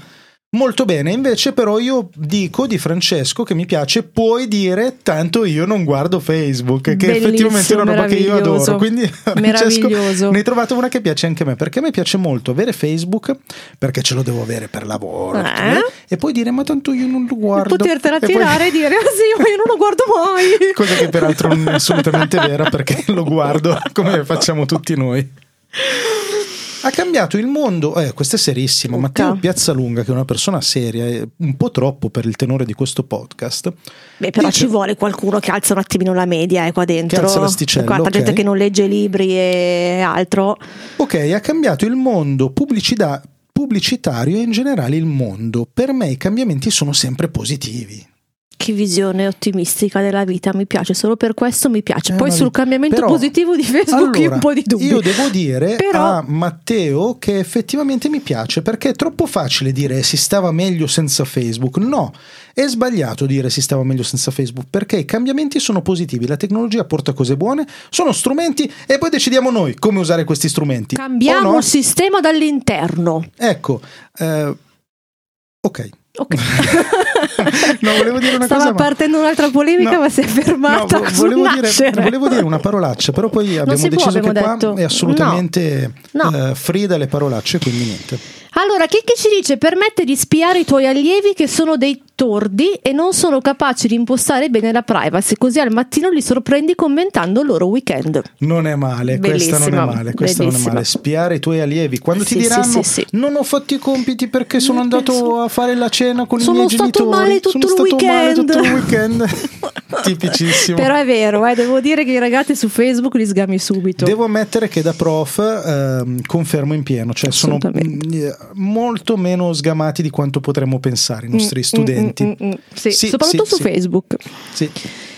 Molto bene, invece però io dico di Francesco che mi piace, puoi dire tanto io non guardo Facebook, che
Bellissimo,
effettivamente è una roba che io
meraviglioso.
adoro. Quindi
Meraviglioso.
Francesco ne hai trovato una che piace anche a me, perché a me piace molto avere Facebook, perché ce lo devo avere per lavoro.
Eh?
eh, E poi dire ma tanto io non lo guardo.
Potertela
E poi-
tirare e dire: "Ah sì, ma io non lo guardo mai.
Cosa che peraltro non è assolutamente vera perché lo guardo come facciamo tutti noi. Ha cambiato il mondo, eh, questo è serissimo. Matteo Piazzalunga, che è una persona seria, è un po' troppo per il tenore di questo podcast.
Beh, però
Dice-
ci vuole qualcuno che alza un attimino la media eh, qua dentro.
alza l'asticella,
Qua tanta
ok.
gente che non legge libri e altro.
Ok, ha cambiato il mondo pubblicità- pubblicitario e in generale il mondo. Per me i cambiamenti sono sempre positivi.
Che visione ottimistica della vita, mi piace, solo per questo mi piace.
Eh,
Poi
ma-
sul cambiamento
però-
positivo di Facebook io
allora,
un po' di dubbi.
Io devo dire
Però-
a Matteo che effettivamente mi piace perché è troppo facile dire si stava meglio senza Facebook. No, è sbagliato dire si stava meglio senza Facebook perché i cambiamenti sono positivi, la tecnologia porta cose buone, sono strumenti e poi decidiamo noi come usare questi strumenti.
Cambiamo
O no?
il sistema dall'interno.
Ecco, eh, ok.
Ok.
No, volevo dire una
Stava
cosa, ma-
partendo un'altra polemica,
No.
ma si è fermata.
No, vo-
sul
volevo, dire,
nascere.
volevo dire una parolaccia, però poi abbiamo
si può,
deciso
abbiamo
che qua
detto.
è assolutamente
No. No.
eh, free dalle parolacce, quindi niente.
Allora, chi che ci dice permette di spiare i tuoi allievi che sono dei tordi e non sono capaci di impostare bene la privacy, così al mattino li sorprendi commentando il loro weekend.
Non è male, questa
Bellissima,
non è male, questa non è
bellissima.
male. Spiare i tuoi allievi quando
Sì,
ti
sì, sì,
diranno
sì.
non ho fatto i compiti perché
Non
sono andato
penso-
a fare la cena con
Sono
i miei
stato
genitori.
male tutto
sono
il
stato male
weekend."
tutto il weekend. Tipicissimo.
Però è vero, eh, devo dire che i ragazzi su Facebook li sgami subito.
Devo ammettere che da prof ehm, confermo in pieno, cioè sono
Assolutamente.
mm, eh, molto meno sgamati di quanto potremmo pensare i nostri
Mm, mm,
studenti.
mm, mm, mm. Sì,
Sì,
soprattutto
sì,
su
sì.
Facebook.
Sì.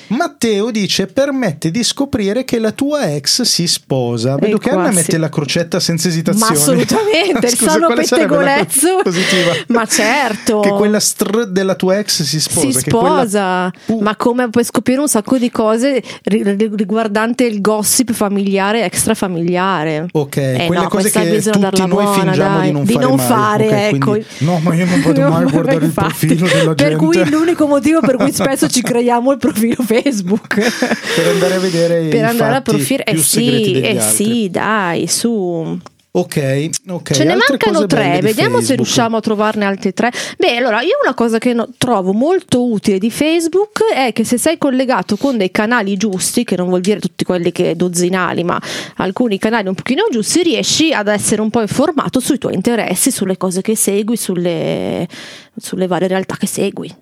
Matteo dice permette di scoprire che la tua ex si sposa. Vedo che
qua
Anna
sì.
mette la crocetta senza esitazione.
Ma assolutamente, il
Scusa,
sano
quale sarebbe la
pettegolezzo.
cosa positiva?
Ma certo.
Che quella str della tua ex si sposa.
Si
che quella-
sposa, ma come puoi scoprire un sacco di cose ri- ri- riguardante il gossip familiare e extrafamiliare.
Ok,
Eh
quelle
no,
cose
questa
che
bisogna
tutti
darla
noi
buona,
fingiamo
dai.
di non
Di
fare
non
mai.
fare,
ok, quindi-
ecco.
no, ma io non vado
Non
mai a
vorrei
guardare il
fare.
profilo della gente.
Per cui l'unico motivo per cui spesso ci creiamo il profilo Facebook.
per andare a vedere
per
i
andare a
fatti
profilo, eh
più segreti
sì,
degli
eh
altri.
sì, dai, su.
Ok, ok.
Ce ne
altre
mancano
cose belle
tre,
di
vediamo se
Facebook.
riusciamo a trovarne altri tre. Beh, allora io una cosa che no- trovo molto utile di Facebook è che se sei collegato con dei canali giusti, che non vuol dire tutti quelli che dozzinali, ma alcuni canali un pochino giusti, riesci ad essere un po' informato sui tuoi interessi, sulle cose che segui, sulle, sulle varie realtà che segui.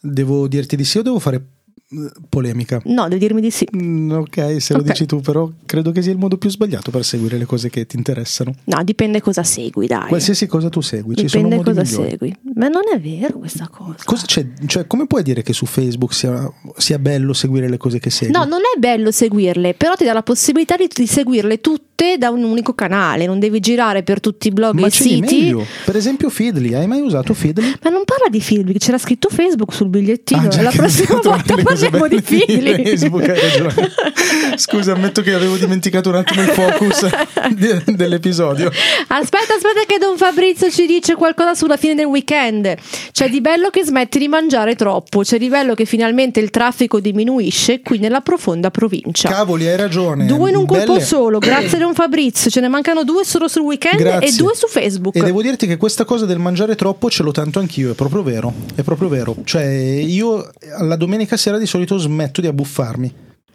Devo dirti di sì o devo fare eh, polemica?
No, devi dirmi di sì.
Mm, ok, se lo
Ok.
dici tu, però credo che sia il modo più sbagliato per seguire le cose che ti interessano.
No, dipende cosa segui, dai.
Qualsiasi cosa tu segui, ci sono
Dipende
modi
cosa
migliori.
segui. Ma non è vero questa cosa.
Cosa c'è- cioè, come puoi dire che su Facebook sia, sia bello seguire le cose che segui?
No, non è bello seguirle, però ti dà la possibilità di, di seguirle tutte da un unico canale, non devi girare per tutti i blog
Ma
e i
c'è di
siti.
meglio. Per esempio, Feedly, hai mai usato Feedly?
Ma non parla di film, c'era scritto Facebook sul bigliettino.
Ah, già
la
che
prossima
dobbiamo trovare
volta
le cose
parliamo di
belle
film.
Facebook, hai ragione. Scusa, ammetto che avevo dimenticato un attimo il focus de- dell'episodio.
Aspetta, aspetta, che Don Fabrizio ci dice qualcosa sulla fine del weekend. C'è di bello che smetti di mangiare troppo, c'è di bello che finalmente il traffico diminuisce qui nella profonda provincia.
Cavoli, hai ragione.
Due in un colpo
Belle.
solo, grazie a Don Fabrizio. Ce ne mancano due solo sul weekend
Grazie.
e due su Facebook.
E devo dirti che questa cosa del mangiare troppo ce l'ho tanto anch'io, è proprio vero. È proprio vero. Cioè, io alla domenica sera di solito smetto di abbuffarmi.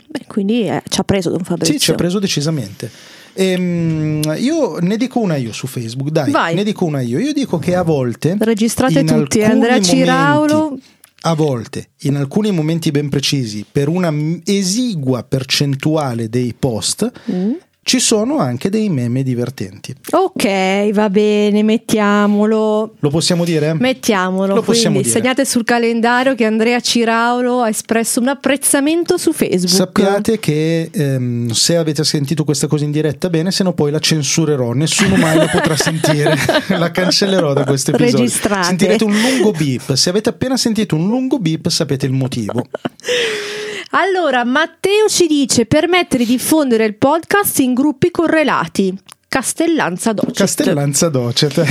Beh, quindi eh, ci ha preso Don Fabrizio.
Sì, ci ha preso decisamente. Ehm, io ne dico una io su Facebook, dai,
Vai.
ne dico una io. Io dico che a volte
Registrate
in
tutti, eh,
alcuni
Andrea
momenti-
Ciraulo.
A volte, in alcuni momenti ben precisi, per una m- esigua percentuale dei post,
Mm.
ci sono anche dei meme divertenti.
Ok, va bene, mettiamolo.
Lo possiamo dire?
Mettiamolo,
Lo possiamo
quindi
dire.
segnate sul calendario che Andrea Ciraulo ha espresso un apprezzamento su Facebook.
Sappiate che ehm, se avete sentito questa cosa in diretta bene, se no poi la censurerò, nessuno mai la potrà sentire, la cancellerò da questo episodio.
Registrate.
Sentirete un lungo beep, se avete appena sentito un lungo beep sapete il motivo.
Allora, Matteo ci dice permettere di diffondere il podcast in gruppi correlati. Castellanza Docet.
Castellanza docet.
Cioè,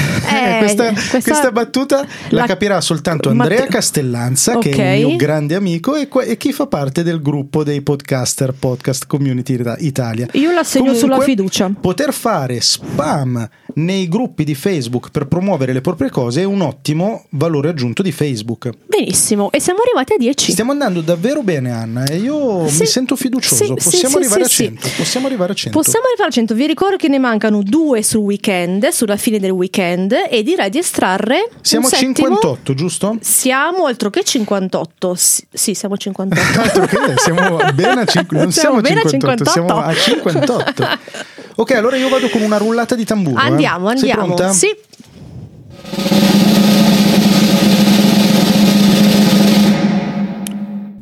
Eh,
questa,
questa-
questa battuta la,
la-
capirà soltanto
Matteo-
Andrea Castellanza, che è
Ok.
il mio grande amico e, que- e chi fa parte del gruppo dei podcaster Podcast Community Ita- Italia.
Io la segno
Comunque,
sulla fiducia.
Poter fare spam nei gruppi di Facebook per promuovere le proprie cose è un ottimo valore aggiunto di Facebook.
Benissimo, e siamo arrivati a 10.
Stiamo andando davvero bene, Anna, e io
Sì.
mi sento fiducioso.
Sì, sì,
possiamo,
sì,
arrivare
sì,
a 100.
sì.
possiamo arrivare a 100.
Possiamo arrivare a 100. Vi ricordo che ne mancano due sul weekend, sulla fine del weekend, e direi di estrarre. un
Siamo a
settimo.
58, giusto?
Siamo altro che 58. Sì, sì, siamo a 58.
Altro che siamo bene a cinque- non
Siamo
siamo,
bene a
58,
58.
siamo a 58. Ok, allora io vado con una rullata di tamburo. eh.
andiamo,
Sei
andiamo.
pronta?
Sì.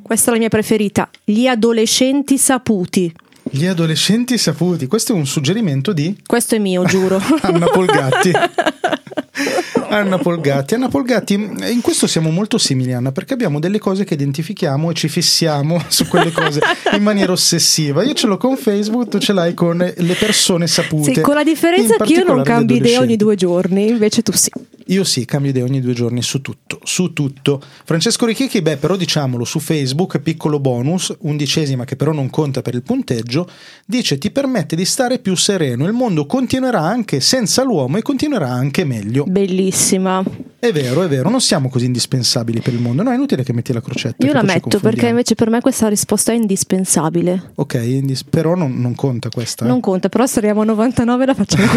Questa è la mia preferita. Gli adolescenti saputi.
Gli adolescenti saputi, questo è un suggerimento di
Questo è mio, giuro.
Anna Polgatti. Anna Polgatti, Anna Polgatti, in questo siamo molto simili Anna perché abbiamo delle cose che identifichiamo e ci fissiamo su quelle cose in maniera ossessiva. Io ce l'ho con Facebook, tu ce l'hai con le persone sapute.
Sì, con la differenza
in
che io non
particolare gli
cambio idea ogni
adolescenti.
due giorni, invece tu sì.
Io sì, cambio idea ogni due giorni su tutto, su tutto. Francesco Richichi, beh, però diciamolo su Facebook, piccolo bonus, undicesima che però non conta per il punteggio, dice ti permette di stare più sereno, il mondo continuerà anche senza l'uomo e continuerà anche meglio.
Bellissima.
È vero, è vero, non siamo così indispensabili per il mondo, no, è inutile che metti la crocetta.
Io
che
la
poi ci
metto perché
confondiamo.
invece per me questa risposta è indispensabile.
Ok, indis- però non, non conta questa. eh.
Non conta, però se arriviamo a 99 la facciamo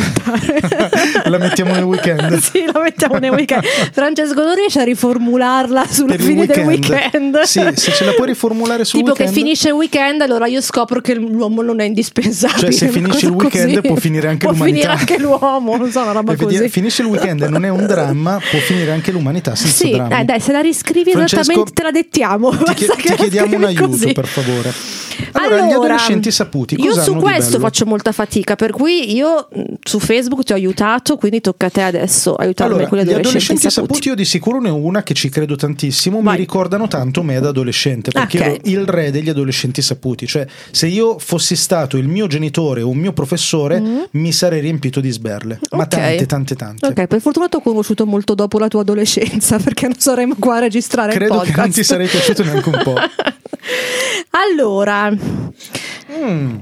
la mettiamo nel weekend.
sì, la mettiamo nel weekend. Francesco non riesce a riformularla sulla
Per il
fine del
weekend.
weekend.
Sì, se ce la puoi riformulare sul
Tipo
weekend.
che finisce il weekend, allora io scopro che l'uomo non è indispensabile.
Cioè, se
Una
finisce il
cosa
weekend
così.
può finire anche
Può
l'umanità.
finire anche l'uomo, non so, una roba
E vedi-
così.
Finisce il weekend, non è un dramma, può finire anche l'umanità senza
Sì,
drammi.
eh, dai, se la riscrivi
Francesco,
esattamente te la dettiamo.
Ti, chie- ti chiediamo un aiuto, per favore. Allora, gli adolescenti saputi,
Io
cosa
su
hanno di
questo
bello?
faccio molta fatica, per cui io mh, su Facebook ti ho aiutato, quindi tocca a te adesso aiutarmi
Allora,
con gli
gli
adolescenti,
adolescenti
saputi.
saputi, io di sicuro ne ho una che ci credo tantissimo, mi ricordano tanto me da adolescente, perché
Ok.
ero il re degli adolescenti saputi, cioè se io fossi stato il mio genitore o un mio professore mi sarei riempito di sberle, ma
Mm. Ok.
tante, tante, tante.
Ok, per fortuna ti ho conosciuto molto dopo la tua adolescenza, perché non saremmo qua a registrare il
Credo
podcast.
che non ti sarei piaciuto neanche un po'.
Allora,
Mm.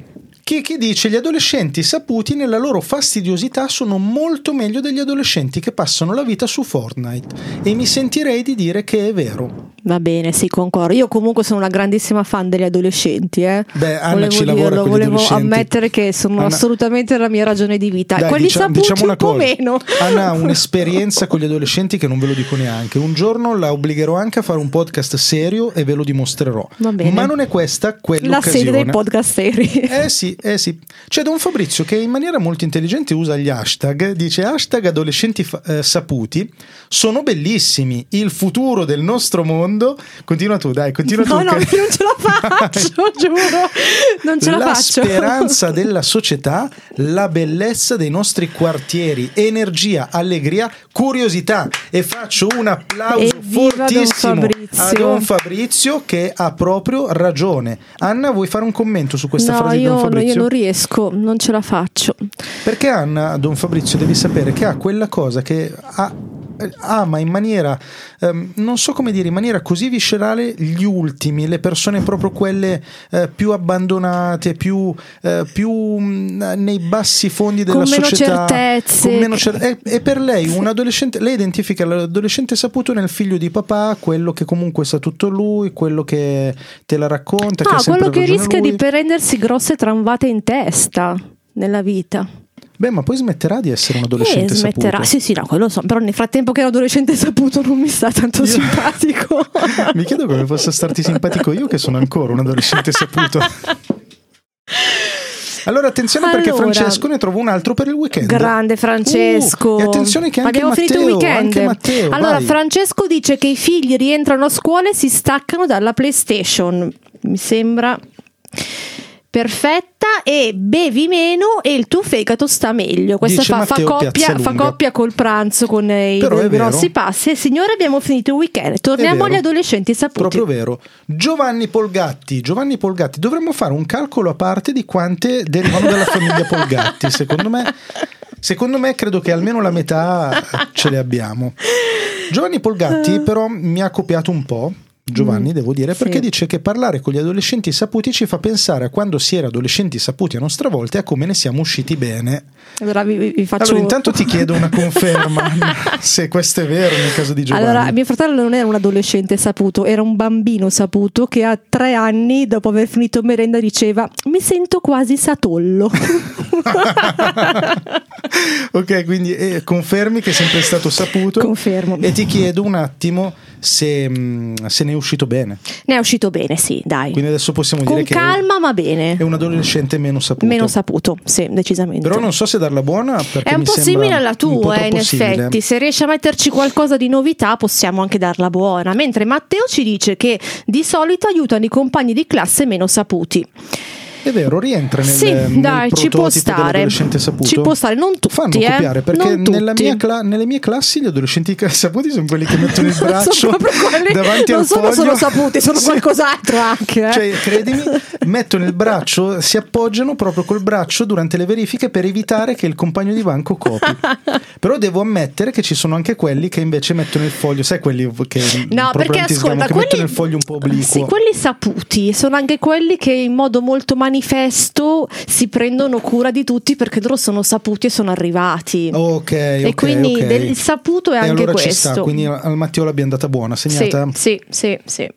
Chi, chi dice gli adolescenti saputi nella loro fastidiosità sono molto meglio degli adolescenti che passano la vita su Fortnite e mi sentirei di dire che è vero.
va bene, sì, concordo. Io comunque sono una grandissima fan degli adolescenti, eh.
Beh, Anna
volevo
ci lavora
dirlo,
con gli
volevo
adolescenti.
ammettere che sono
Anna-
assolutamente la mia ragione di vita.
Dai,
Ah, Quelli
diciamo-
saputi
diciamo
un
una
po'
cosa.
meno.
Anna ha un'esperienza con gli adolescenti che non ve lo dico neanche. Un giorno la obbligherò anche a fare un podcast serio e ve lo dimostrerò.
Va bene.
Ma non è questa
La sede
quell'occasione.
dei podcast seri.
Eh sì, eh sì. C'è Don Fabrizio che in maniera molto intelligente usa gli hashtag, dice hashtag adolescenti fa- eh, saputi, sono bellissimi, il futuro del nostro mondo. Continua tu, dai, continua
No,
tu.
no,
che-
io non ce la faccio, giuro. Non ce la, faccio.
speranza della società, la bellezza dei nostri quartieri, energia, allegria, curiosità. E faccio un applauso
Evviva Don
fortissimo a
Fabrizio.
Don Fabrizio che ha proprio ragione. Anna, vuoi fare un commento su questa
no,
frase di
io,
Don
no,
Fabrizio?
io non riesco, non ce la faccio.
Perché Anna, Don Fabrizio, devi sapere che ha quella cosa che ha- eh, ama in maniera, ehm, non so come dire, in maniera così viscerale gli ultimi, le persone proprio quelle eh, più abbandonate, più, eh, più, mh, nei bassi fondi della
Con meno
società.
certezze.
Con meno cer- è, è per lei un adolescente, lei identifica l'adolescente saputo nel figlio di papà, quello che comunque sa tutto lui, quello che te la racconta. che
No,
ha sempre
Ah, quello che
ragione
rischia
lui.
di prendersi grosse tramvate in testa nella vita.
Beh, ma poi smetterà di essere un
E
adolescente
Eh, smetterà.
saputo.
Sì, sì, no, quello so. Però nel frattempo che era adolescente saputo non mi sta tanto simpatico.
Mi chiedo come possa starti simpatico io che sono ancora un adolescente saputo. Allora attenzione perché
Allora.
Francesco ne trovo un altro per il weekend.
Grande Francesco.
Uh, e attenzione che
Ma
anche
abbiamo
Matteo,
finito il weekend.
anche Matteo,
allora,
vai.
Francesco dice che i figli rientrano a scuola e si staccano dalla PlayStation. Mi sembra perfetta. E bevi meno e il tuo fegato sta meglio. Questa
Dice
fa, fa
Matteo
coppia, fa
Piazzalunga.
coppia col pranzo con eh, i
Però è vero.
grossi passi. E, Signore, abbiamo finito il weekend. Torniamo
È vero.
agli adolescenti saputi.
Proprio vero. Giovanni Polgatti, Giovanni Polgatti, dovremmo fare un calcolo a parte di quante derivano dalla famiglia Polgatti, secondo me. Secondo me credo che almeno la metà ce le abbiamo. Giovanni Polgatti però mi ha copiato un po'. Giovanni, devo dire,
Eh.
perché
Mm. sì.
dice che parlare con gli adolescenti saputi ci fa pensare a quando si era adolescenti saputi a nostra volta e a come ne siamo usciti bene.
Allora, vi, vi- vi faccio
Allora, intanto ti chiedo una conferma se questo è vero nel caso di Giovanni.
Allora, mio fratello non era un adolescente saputo, era un bambino saputo che a tre anni, dopo aver finito merenda, diceva: Mi sento quasi satollo.
ok, quindi eh, confermi che è sempre stato saputo.
Confermo.
E ti chiedo un attimo se, mh, se ne è uscito bene.
ne è uscito bene, sì, dai.
Quindi adesso possiamo
Con
dire che è un-
calma, ma bene.
è un adolescente meno saputo.
Meno saputo, sì, decisamente.
Però non so se darla buona perché
è un
mi
po'
sembra
simile alla
un po'
tua, eh, in
troppo simile.
effetti. Se riesci a metterci qualcosa di novità, possiamo anche darla buona. Mentre Matteo ci dice che di solito aiutano i compagni di classe meno saputi.
È vero, rientra nel,
Sì,
nel
dai, ci può
prototipo
stare.
dell'adolescente saputo.
Ci può stare, non tutti,
Fanno
eh.
copiare, perché
Non tutti.
nella mia cla- nelle mie classi gli adolescenti ca- saputi sono quelli che mettono il
Sono
braccio
proprio quelli-
davanti
non
al
sono
foglio.
solo saputi, sono
Sì.
qualcos'altro anche. eh.
Cioè, credimi, mettono il braccio, si appoggiano proprio col braccio durante le verifiche per evitare che il compagno di banco copi. Però devo ammettere che ci sono anche quelli che invece mettono il foglio, sai quelli che
No,
proprio
perché
antisgamo,
ascolta,
che
quelli,
mettono il foglio un po' obliquo.
Sì, quelli saputi sono anche quelli che in modo molto manifesto si prendono cura di tutti perché loro sono saputi e sono arrivati.
Ok,
e
ok,
quindi
ok.
del- il saputo è
E
anche
allora
questo.
Ci sta, quindi al Matteo l'abbiamo data buona,
Sì,
segnata.
sì, sì, sì.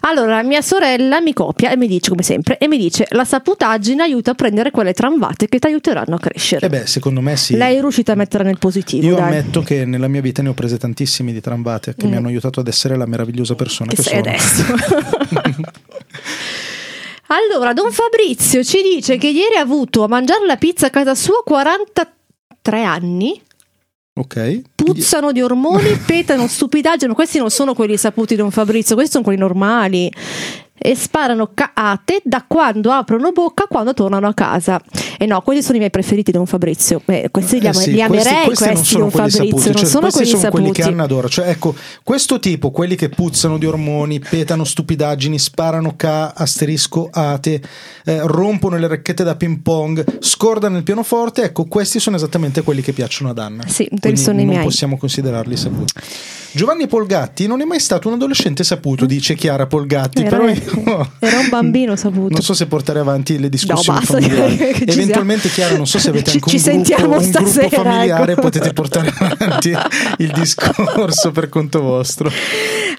Allora, mia sorella mi copia e mi dice, come sempre, e mi dice: La saputaggine aiuta a prendere quelle tramvate che ti aiuteranno a crescere.
Eh beh, secondo me sì.
Lei è riuscita a mettere nel positivo.
Io
dai.
ammetto che nella mia vita ne ho prese tantissime di tramvate che
Mm.
mi hanno aiutato ad essere la meravigliosa persona che,
che sei
sono.
adesso. allora, Don Fabrizio ci dice che ieri ha avuto a mangiare la pizza a casa sua 43 anni.
Ok.
Puzzano di ormoni, petano stupidaggini, ma questi non sono quelli saputi, Don Fabrizio, questi sono quelli normali. E sparano caate da quando aprono bocca quando tornano a casa. E no, quelli sono i miei preferiti, Don Fabrizio. Beh, questi li,
Eh
am-
sì,
li amerei, questi, Don
quelli
Fabrizio, non
cioè,
sono
questi
quelli
sono
saputi.
quelli che Anna adora. Cioè, ecco, questo tipo, quelli che puzzano di ormoni, petano stupidaggini, sparano ca, asterisco ate, eh, rompono le racchette da ping pong, scordano il pianoforte, ecco, questi sono esattamente quelli che piacciono ad Anna.
Sì, quelli
Quindi
sono i
non
miei.
possiamo considerarli saputi. Giovanni Polgatti non è mai stato un adolescente saputo, dice Chiara Polgatti,
Era-
però io
Era un bambino saputo.
non so se portare avanti le discussioni
basta,
familiari.
che ci
Eventualmente,
siamo.
Chiara, non so se avete
Ci-
anche
ci
un, gruppo,
sentiamo
un gruppo
stasera,
familiare,
ecco.
potete portare avanti il discorso per conto vostro.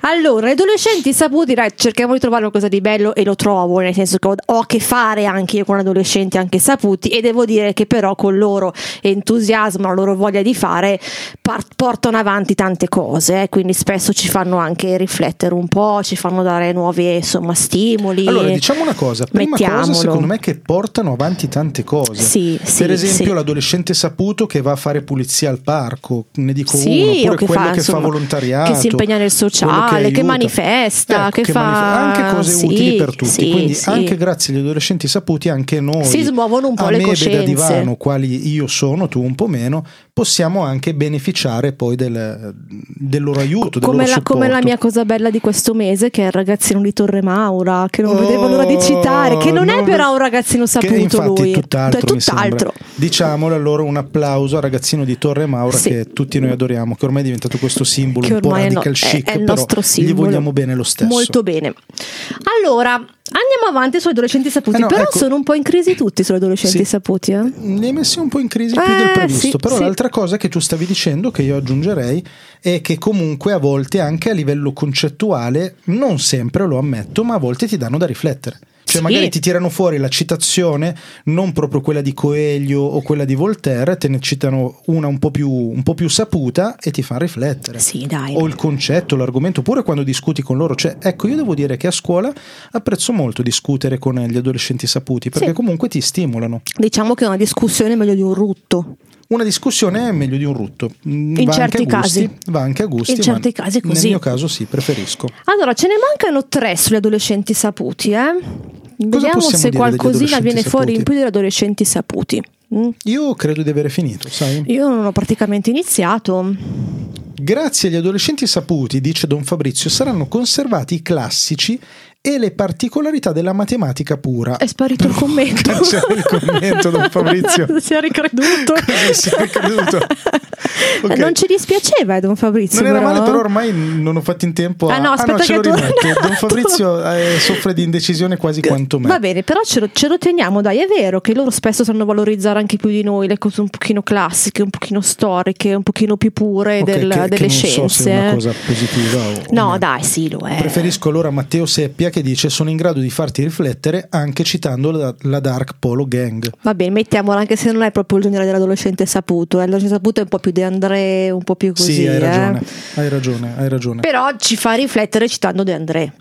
Allora, gli adolescenti saputi, dai, cerchiamo di trovare qualcosa di bello e lo trovo, nel senso che ho, ho a che fare anche io con adolescenti anche saputi e devo dire che però con il loro entusiasmo, la loro voglia di fare par- portano avanti tante cose, eh, quindi spesso ci fanno anche riflettere un po', ci fanno dare nuovi insomma, stimoli.
Allora, diciamo una cosa: prima cosa,
Mettiamolo.
secondo me, che portano avanti tante cose.
Sì, sì,
per esempio,
sì.
l'adolescente saputo che va a fare pulizia al parco, ne dico
Sì,
uno,
o
oppure
che
quello
fa,
che
insomma,
fa volontariato,
che si impegna nel sociale,
quello
che
aiuta.
manifesta,
Ecco,
che fa-
manif- anche cose
sì,
utili per tutti.
sì,
Quindi,
sì.
anche grazie agli adolescenti saputi, anche noi
Si smuovono un po' le
amebe da
coscienze.
divano, quali io sono, tu un po' meno, possiamo anche beneficiare poi del, del loro aiuto, del
Come
loro
la, come la
supporto.
mia cosa bella di questo mese, che è il ragazzino di Torre Maura, che non vedevo
Oh,
l'ora di citare, che non è
no,
però un ragazzino saputo
che infatti
lui,
è tutt'altro,
è
mi sembra.
tutt'altro.
Diciamolo allora un applauso al ragazzino di Torre Maura
Sì.
che tutti noi adoriamo, che ormai è diventato questo simbolo
Che
un po'
ormai è, no-
radical
è-
chic,
è il
però
nostro simbolo.
gli vogliamo bene lo stesso.
Molto bene. Allora, andiamo avanti sugli adolescenti saputi,
Eh no,
però
ecco-
sono un po' in crisi tutti sugli adolescenti
Sì.
saputi. eh.
Ne hai messi un po' in crisi più del
Eh,
previsto,
sì,
però
sì.
l'altra cosa che tu stavi dicendo, che io aggiungerei, è che comunque a volte anche a livello concettuale, non sempre lo ammetto, ma a volte ti danno da riflettere. Cioè,
Sì.
magari ti tirano fuori la citazione, non proprio quella di Coelho o quella di Voltaire, te ne citano una un po' più, un po' più saputa e ti fa riflettere.
Sì, dai.
O il concetto, l'argomento, oppure quando discuti con loro. Cioè, ecco, io devo dire che a scuola apprezzo molto discutere con gli adolescenti saputi, perché
Sì.
comunque ti stimolano.
Diciamo che una discussione è meglio di un rutto.
Una discussione è meglio di un rutto. Mm,
In
va anche
certi
a gusti,
casi.
Va anche a gusti.
In
ma
certi casi è così.
Nel mio caso sì, preferisco.
Allora, ce ne mancano tre sugli adolescenti saputi, eh? Vediamo
possiamo
se
dire degli
qualcosina
adolescenti
viene fuori in
saputi?
più degli adolescenti saputi. Mm.
Io credo di avere finito, sai?
Io non ho praticamente iniziato.
Grazie agli adolescenti saputi, dice Don Fabrizio, saranno conservati i classici e le particolarità della matematica pura.
È sparito il commento.
C'è il commento, Don Fabrizio.
si è ricreduto.
Si è creduto.
Eh,
Ok.
Non ci dispiaceva, eh, Don Fabrizio.
Non era male, però
però. eh?
ormai non ho fatto in tempo. A...
Ah, no, aspetta
ce
che tu-
lo rimetto. Don Fabrizio eh, soffre di indecisione quasi quanto me.
Va bene, però ce lo, ce lo teniamo, dai, è vero che loro spesso sanno valorizzare anche più di noi le cose un pochino classiche, un pochino storiche, un pochino più pure
Ok,
del-
che- che
delle
non
scienze. eh?
so se è una cosa positiva o- o
No,
no.
dai, sì, lo è.
Preferisco allora Matteo Seppia che dice sono in grado di farti riflettere anche citando la, la Dark Polo Gang.
Va bene, mettiamola anche se non è proprio il genere dell'adolescente saputo. eh. L'adolescente saputo è un po' più De André, un po' più così.
sì, hai
eh.
ragione, hai ragione, hai ragione.
Però ci fa riflettere citando De André.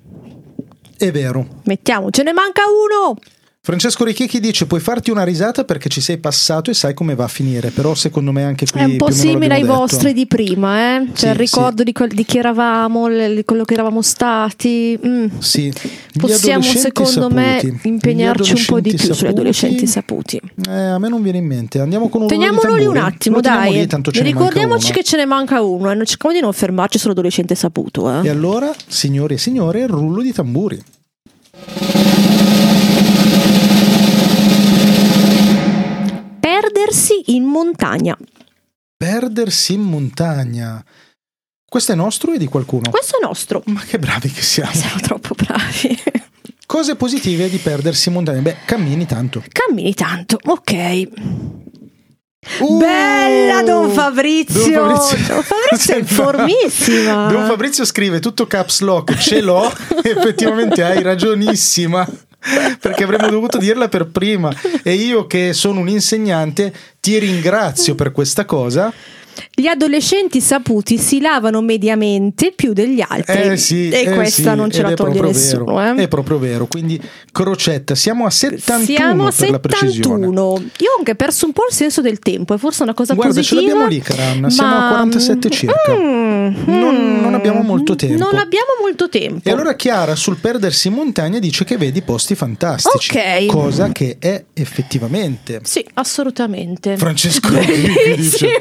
È vero.
Mettiamo, ce ne manca uno!
Francesco Richichi dice: Puoi farti una risata perché ci sei passato e sai come va a finire. Però secondo me anche qui
È un po'
più o meno
simile ai
l'abbiamo detto.
vostri di prima, eh?
Sì,
Cioè, il ricordo di, quel- di chi eravamo, le- di quello che eravamo stati. Mm.
Sì. Gli
Possiamo,
adolescenti
secondo me,
saputi.
impegnarci
Gli
un po' di più sugli adolescenti saputi.
Eh, a me non viene in mente. Andiamo con un rullo di
Teniamolo lì un
tamburi?
attimo,
Lo teniamo
dai.
lì, tanto ce ne manca
Ricordiamoci
uno.
che ce ne manca uno e non cerchiamo di non fermarci sull'adolescente saputo. eh.
E allora, signore e signore, il rullo di tamburi.
Perdersi in montagna.
Perdersi in montagna. Questo è nostro e di qualcuno?
Questo è nostro.
Ma che bravi che siamo.
Siamo troppo bravi.
Cose positive di perdersi in montagna. Beh, cammini tanto.
Cammini tanto, ok.
Uh!
Bella Don Fabrizio!
Don Fabrizio,
Don Fabrizio è in
Sembra-
formissima!
Don Fabrizio scrive tutto caps lock, ce l'ho, effettivamente hai ragionissima. Perché avremmo dovuto dirla per prima. E io che sono un insegnante ti ringrazio per questa cosa.
Gli adolescenti saputi si lavano mediamente più degli altri.
Eh sì,
e
eh
questa
sì,
non ce
ed
la
è
toglie
proprio
nessuno.
vero,
eh.
È proprio vero. Quindi crocetta, siamo a 71
Siamo a
per la precisione.
71. Io ho anche perso un po' il senso del tempo, è forse una cosa
Guarda, ce
positiva.
l'abbiamo lì, Karan, siamo
ma-
a 47 circa.
Mm,
Non-
mm,
non abbiamo molto tempo.
Non abbiamo molto tempo.
E allora Chiara sul perdersi in montagna dice che vedi posti fantastici,
Ok.
cosa che è effettivamente.
Sì, assolutamente.
Francesco Righi dice
Bellissima!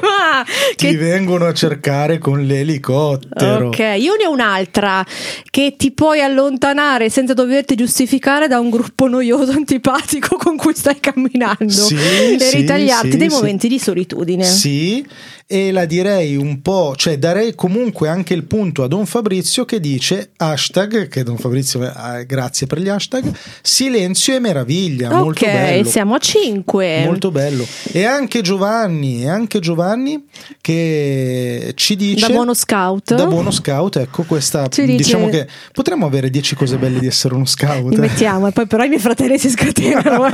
ti
Che
vengono a cercare con l'elicottero.
Ok, io ne ho un'altra che ti puoi allontanare senza doverti giustificare da un gruppo noioso, antipatico con cui stai camminando
Sì,
e
sì,
ritagliarti
sì,
dei
sì.
momenti di solitudine.
Sì, e la direi un po', cioè darei comunque anche il punto a Don Fabrizio che dice hashtag, che Don Fabrizio, eh, grazie per gli hashtag, silenzio e meraviglia, molto
ok,
bello.
siamo a 5.
Molto bello. E anche Giovanni, e anche Giovanni che ci dice...
da buono scout.
Da buono scout, ecco questa.
Ci dice-
Diciamo che potremmo avere 10 cose belle di essere uno scout.
Li mettiamo e poi però i miei fratelli si scatenano. eh.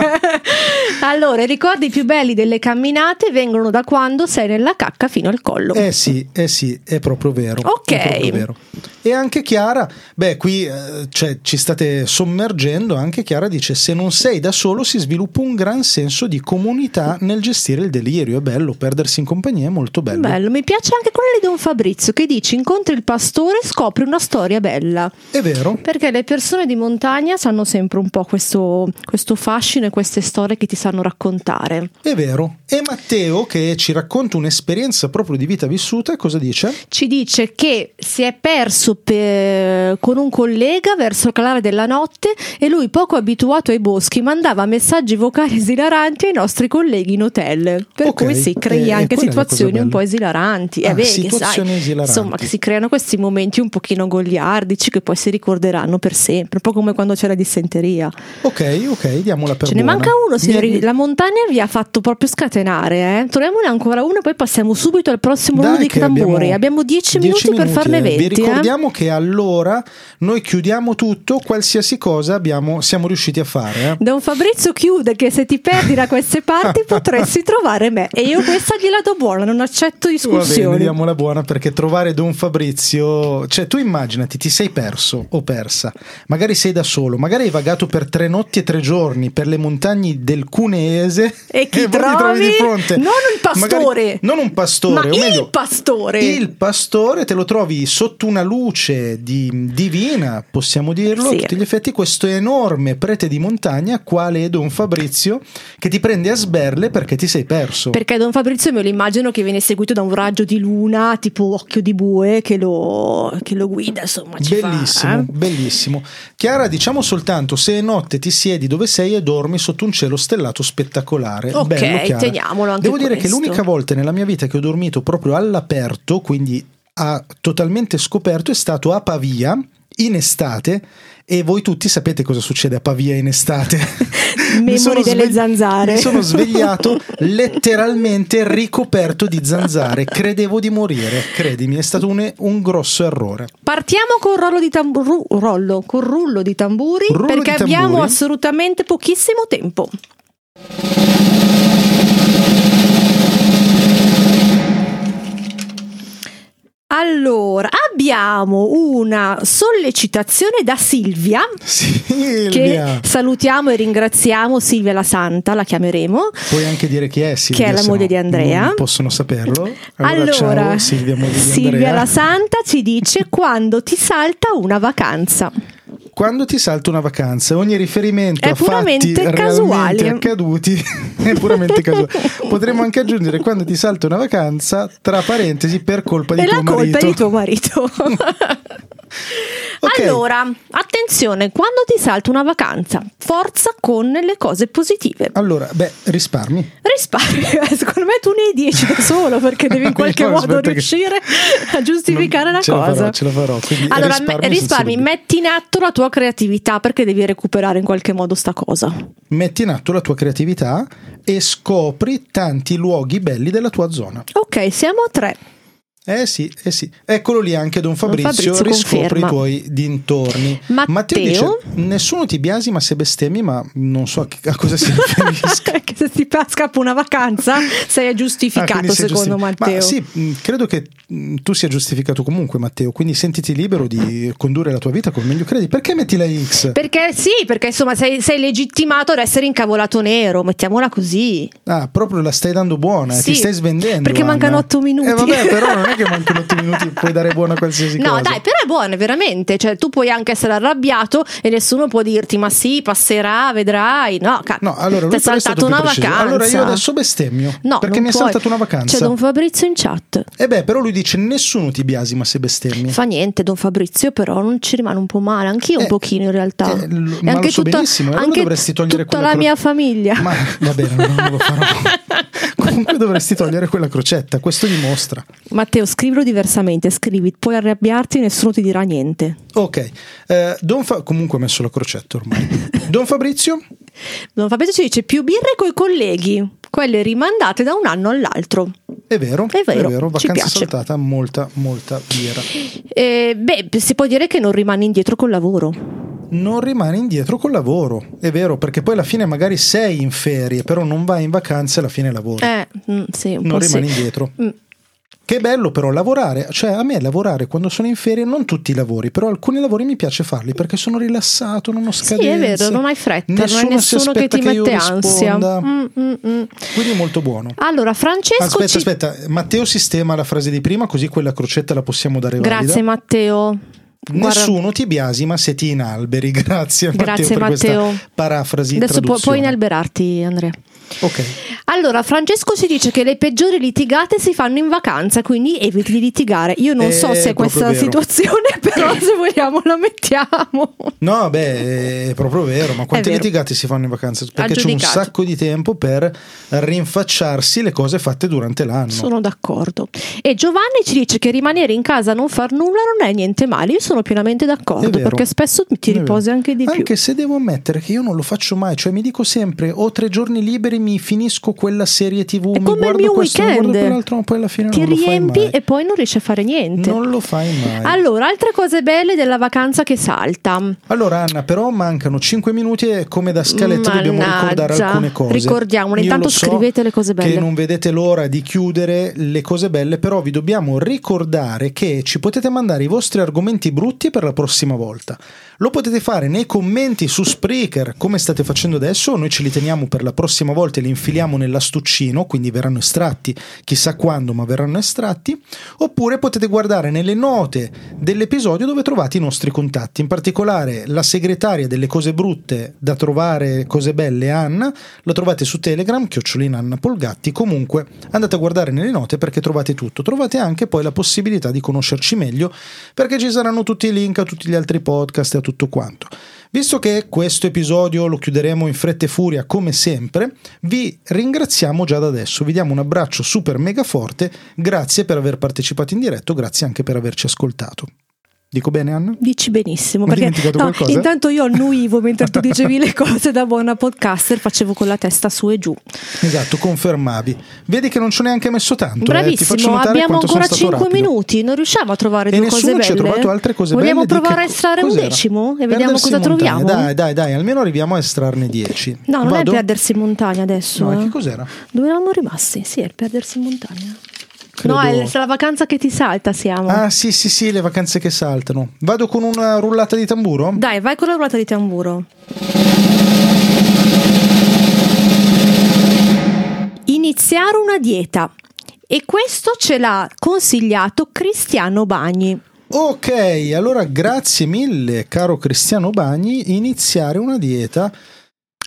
allora, i ricordi più belli delle camminate vengono da quando sei nella cacca fino al collo.
Eh sì, eh sì, è proprio vero.
Ok.
È proprio vero. E anche Chiara, beh, qui eh, cioè, ci state sommergendo. Anche Chiara dice: Se non sei da solo, si sviluppa un gran senso di comunità nel gestire il delirio. È bello, perdersi in compagnia è molto bello.
Bello, mi piace anche quella di Don Fabrizio che dice incontri il pastore e scopri una storia bella.
È vero.
Perché le persone di montagna hanno sempre un po' questo, questo fascino e queste storie che ti sanno raccontare.
È vero. E Matteo che ci racconta un'esperienza proprio di vita vissuta, cosa dice?
Ci dice che si è perso per- con un collega verso il calare della notte e lui, poco abituato ai boschi, mandava messaggi vocali esilaranti ai nostri colleghi in hotel. Per
Ok,
cui si
eh,
crei
quella è
anche
la cosa
situazioni un
bella.
po' esilaranti.
Ah,
eh, vedi,
situazioni
sai,
esilaranti.
Insomma, che si creano questi momenti un pochino goliardici che poi si ricorderanno per sempre, un po' come quando c'è la dissenteria.
Ok, ok, diamola per
Ce ne
buona.
manca uno, signori.
Mi-
La montagna vi ha fatto proprio scatenare. Eh? Troviamone ancora uno, poi passiamo subito al prossimo
Dai
ruolo dei
che
tamburi. Abbiamo 10 minuti,
dieci
per farne
eh.
20.
Vi
eh.
ricordiamo che allora noi chiudiamo tutto, qualsiasi cosa abbiamo, siamo riusciti a fare. eh.
Don Fabrizio chiude che se ti perdi da queste parti potresti trovare me. E io questa gliela do buona, non accetto
Va bene,
discussioni.
diamola buona perché trovare Don Fabrizio, cioè tu immaginati, ti sei perso o persa, magari sei da solo, magari hai vagato per tre notti e tre giorni per le montagne del Cuneese
E chi
poi ti
trovi?
Eh, trovi di fronte.
Non un pastore.
Magari- non un pastore,
Ma
o
il
meglio,
pastore.
Il pastore te lo trovi sotto una luce di- divina, possiamo dirlo,
Sì.
a tutti gli effetti, questo enorme prete di montagna, quale è Don Fabrizio, che ti prende a sberle perché ti sei perso.
Perché Don Fabrizio me lo immagino che viene seguito da un raggio di luna, tipo occhio di bue, che lo, che lo guida, insomma. Ci fa,
Bellissimo,
eh.
bellissimo. Chiara, diciamo soltanto se è notte ti siedi dove sei e dormi sotto un cielo stellato spettacolare.
Ok,
Bello, Chiara.
teniamolo anche
Devo dire che
questo.
l'unica volta nella mia vita che ho dormito proprio all'aperto, quindi a- totalmente scoperto, è stato a Pavia in estate. E voi tutti sapete cosa succede a Pavia in estate. Mi
Memori
sono
delle zanzare.
Mi sono svegliato letteralmente ricoperto di zanzare. Credevo di morire, credimi, è stato un- un grosso errore.
Partiamo col rollo di tamburu- rollo, col rullo di tamburi
Rullo di
perché
tamburi.
abbiamo assolutamente pochissimo tempo. Allora, abbiamo una sollecitazione da Silvia,
Silvia.
che salutiamo e ringraziamo, Silvia la Santa, la chiameremo.
Puoi anche dire chi è Silvia.
Che è la
se
moglie
no
di Andrea.
non possono saperlo. Allora,
Allora,
ciao, Silvia, moglie di
Silvia
Andrea.
la Santa ci dice quando ti salta una vacanza.
Quando ti salta una vacanza, ogni riferimento
È
a fatti
puramente
realmente
casuale.
accaduti è puramente casuale. Potremmo anche aggiungere quando ti salta una vacanza, tra parentesi, per colpa di
e la
tuo
colpa è
marito.
di tuo marito.
Ok.
Allora, attenzione, quando ti salta una vacanza, forza con le cose positive.
Allora, beh, risparmi.
Risparmio, eh, secondo me tu ne hai 10 da solo perché devi in qualche
Io
modo
aspetta che-
riuscire a giustificare la
ce
cosa.
La farò, ce la farò. Quindi
Allora, me-
risparmi,
risparmi,
senza dubbio.
metti in atto la tua creatività perché devi recuperare in qualche modo sta cosa.
Metti in atto la tua creatività e scopri tanti luoghi belli della tua zona.
Ok, siamo a tre.
Eh sì, eh sì. Eccolo lì anche Don Fabrizio,
Fabrizio
riscopri
conferma.
i tuoi dintorni.
Matteo?
dice, nessuno ti biasima se bestemmi, ma non so a, che- a cosa si riferisca.
Perché se ti pa- scappa una vacanza sei
Ah,
giustificato
quindi sei
secondo
giusti-
Matteo.
Ma sì, mh, credo che mh, tu sia giustificato comunque Matteo, quindi sentiti libero di condurre la tua vita come meglio credi. Perché metti la X?
Perché sì, perché insomma sei, sei legittimato ad essere incavolato nero, mettiamola così.
Ah, proprio la stai dando buona, eh,
Sì,
ti stai svendendo.
perché
Anna.
mancano otto minuti.
Eh vabbè, però non è che mancano otto minuti e puoi dare buona a qualsiasi
no,
cosa.
dai, però è buono, veramente. Cioè, tu puoi anche essere arrabbiato e nessuno può dirti: ma sì, passerà, vedrai. No, cazzo.
No,
ti
allora lui
è
però è stato
saltata
più
una
preciso.
vacanza.
Allora io adesso bestemmio.
No,
perché
non
mi è
puoi.
saltata una vacanza.
C'è Don Fabrizio in chat.
E Eh beh, però lui dice nessuno ti biasima se bestemmi.
Fa niente, Don Fabrizio, però non ci rimane un po' male. Anch'io
Eh,
un pochino in realtà.
Eh, l-
E
ma
anche
lo so
tutta,
benissimo, allora
anche
dovresti togliere
tutta
quella
la
cro-
mia famiglia.
Ma va bene, non lo farò. Comunque dovresti togliere quella crocetta, questo dimostra.
Matteo, scrivilo diversamente. Scrivi, puoi arrabbiarti e nessuno ti dirà niente.
Ok, eh, Don Fa- comunque ho messo la crocetta ormai. Don Fabrizio?
Don Fabrizio ci dice più birre coi colleghi, quelle rimandate da un anno all'altro.
È vero,
È vero, ci
vacanza
piace.
saltata, molta, molta birra.
Eh, beh, si può dire che non rimani indietro col lavoro.
Non rimani indietro col lavoro, è vero, perché poi alla fine magari sei in ferie, però non vai in vacanza e alla fine lavori.
Eh, mm, sì, un
non
po' sì.
rimani indietro.
Mm.
Che bello però lavorare, cioè a me lavorare quando sono in ferie, non tutti i lavori, però alcuni lavori mi piace farli perché sono rilassato, non ho scadenze.
Sì, è vero, non hai fretta,
nessuno
non è
si
nessuno che
aspetta
ti
io
mette ansia.
risponda.
Mm, mm, mm.
Quindi molto buono.
Allora, Francesco
Aspetta,
ci-
aspetta, Matteo sistema la frase di prima così quella crocetta la possiamo dare valida.
Grazie Matteo. Guarda-
Nessuno ti biasima se ti inalberi. Grazie, a
Grazie,
Matteo per
Matteo.
questa parafrasi in
Adesso pu- puoi
traduzione.
inalberarti, Andrea.
Ok.
Allora, Francesco ci dice che le peggiori litigate si fanno in vacanza, quindi eviti di litigare. Io non
Eh,
so se è
proprio
questa la
vero.
situazione, però se vogliamo la mettiamo.
No, beh, è proprio vero, ma quante
vero.
litigate si fanno in vacanza? Perché c'è un
Aggiudicato.
sacco di tempo per rinfacciarsi le cose fatte durante l'anno.
Sono d'accordo. E Giovanni ci dice che rimanere in casa a non far nulla non è niente male. Io sono pienamente
È
d'accordo
vero.
perché spesso ti
È vero.
riposi anche di più.
Anche se devo ammettere che io non lo faccio mai, cioè mi dico sempre ho tre giorni liberi, mi finisco quella serie TV,
È
mi
come il
guardo
mio
questo, mi
weekend.
guardo quell'altro, ma poi alla fine
Ti
non lo fai
riempi
mai.
e poi non riesci a fare niente.
Non lo fai mai.
Allora, altre cose belle della vacanza che salta.
Allora Anna, però mancano 5 minuti e come da scaletta dobbiamo
Mannaggia.
ricordare alcune cose.
Ricordiamole,
Io
intanto
lo so
scrivete le cose belle.
Che non vedete l'ora di chiudere le cose belle, però vi dobbiamo ricordare che ci potete mandare i vostri argomenti brutti per la prossima volta. Lo potete fare nei commenti su Spreaker, come state facendo adesso, noi ce li teniamo per la prossima volta e li infiliamo nell'astuccino, quindi verranno estratti chissà quando, ma verranno estratti. Oppure potete guardare nelle note dell'episodio dove trovate i nostri contatti, in particolare la segretaria delle cose brutte da trovare cose belle Anna, la trovate su Telegram, chiocciolina Anna Polgatti, comunque andate a guardare nelle note perché trovate tutto, trovate anche poi la possibilità di conoscerci meglio perché ci saranno tutti i link a tutti gli altri podcast e a tutto quanto. Visto che questo episodio lo chiuderemo in fretta e furia come sempre, vi ringraziamo già da adesso, vi diamo un abbraccio super mega forte, grazie per aver partecipato in diretto, grazie anche per averci ascoltato. Dico bene Anna?
Dici benissimo.
Ho
Perché
dimenticato
no,
qualcosa?
intanto io annuivo mentre tu dicevi le cose da buona podcaster, facevo con la testa su e giù.
Esatto, confermavi. Vedi che non ci ho neanche messo tanto. eh, ti faccio
Bravissimo,
notare
abbiamo
quanto sono
ancora
stato
5
rapido.
minuti, non riusciamo a trovare
E
due cose
nessuno
belle.
ci ha trovato altre cose
Vogliamo
belle. di
provare a
che-
estrarre un
cos'era?
decimo e vediamo
Perdersi
cosa
in montagna.
troviamo?
Dai, dai, dai, almeno arriviamo a estrarne 10.
No, non
Vado?
è perdersi in montagna adesso.
No,
eh.
che cos'era?
Dove eravamo rimasti? Sì, è il perdersi in montagna.
Credo.
No, è la vacanza che ti salta siamo.
Ah, sì, sì, sì, le vacanze che saltano. Vado con una rullata di tamburo?
Dai, vai con la ruota di tamburo. Iniziare una dieta. E questo ce l'ha consigliato Cristiano Bagni.
Ok, allora grazie mille, caro Cristiano Bagni. Iniziare una dieta.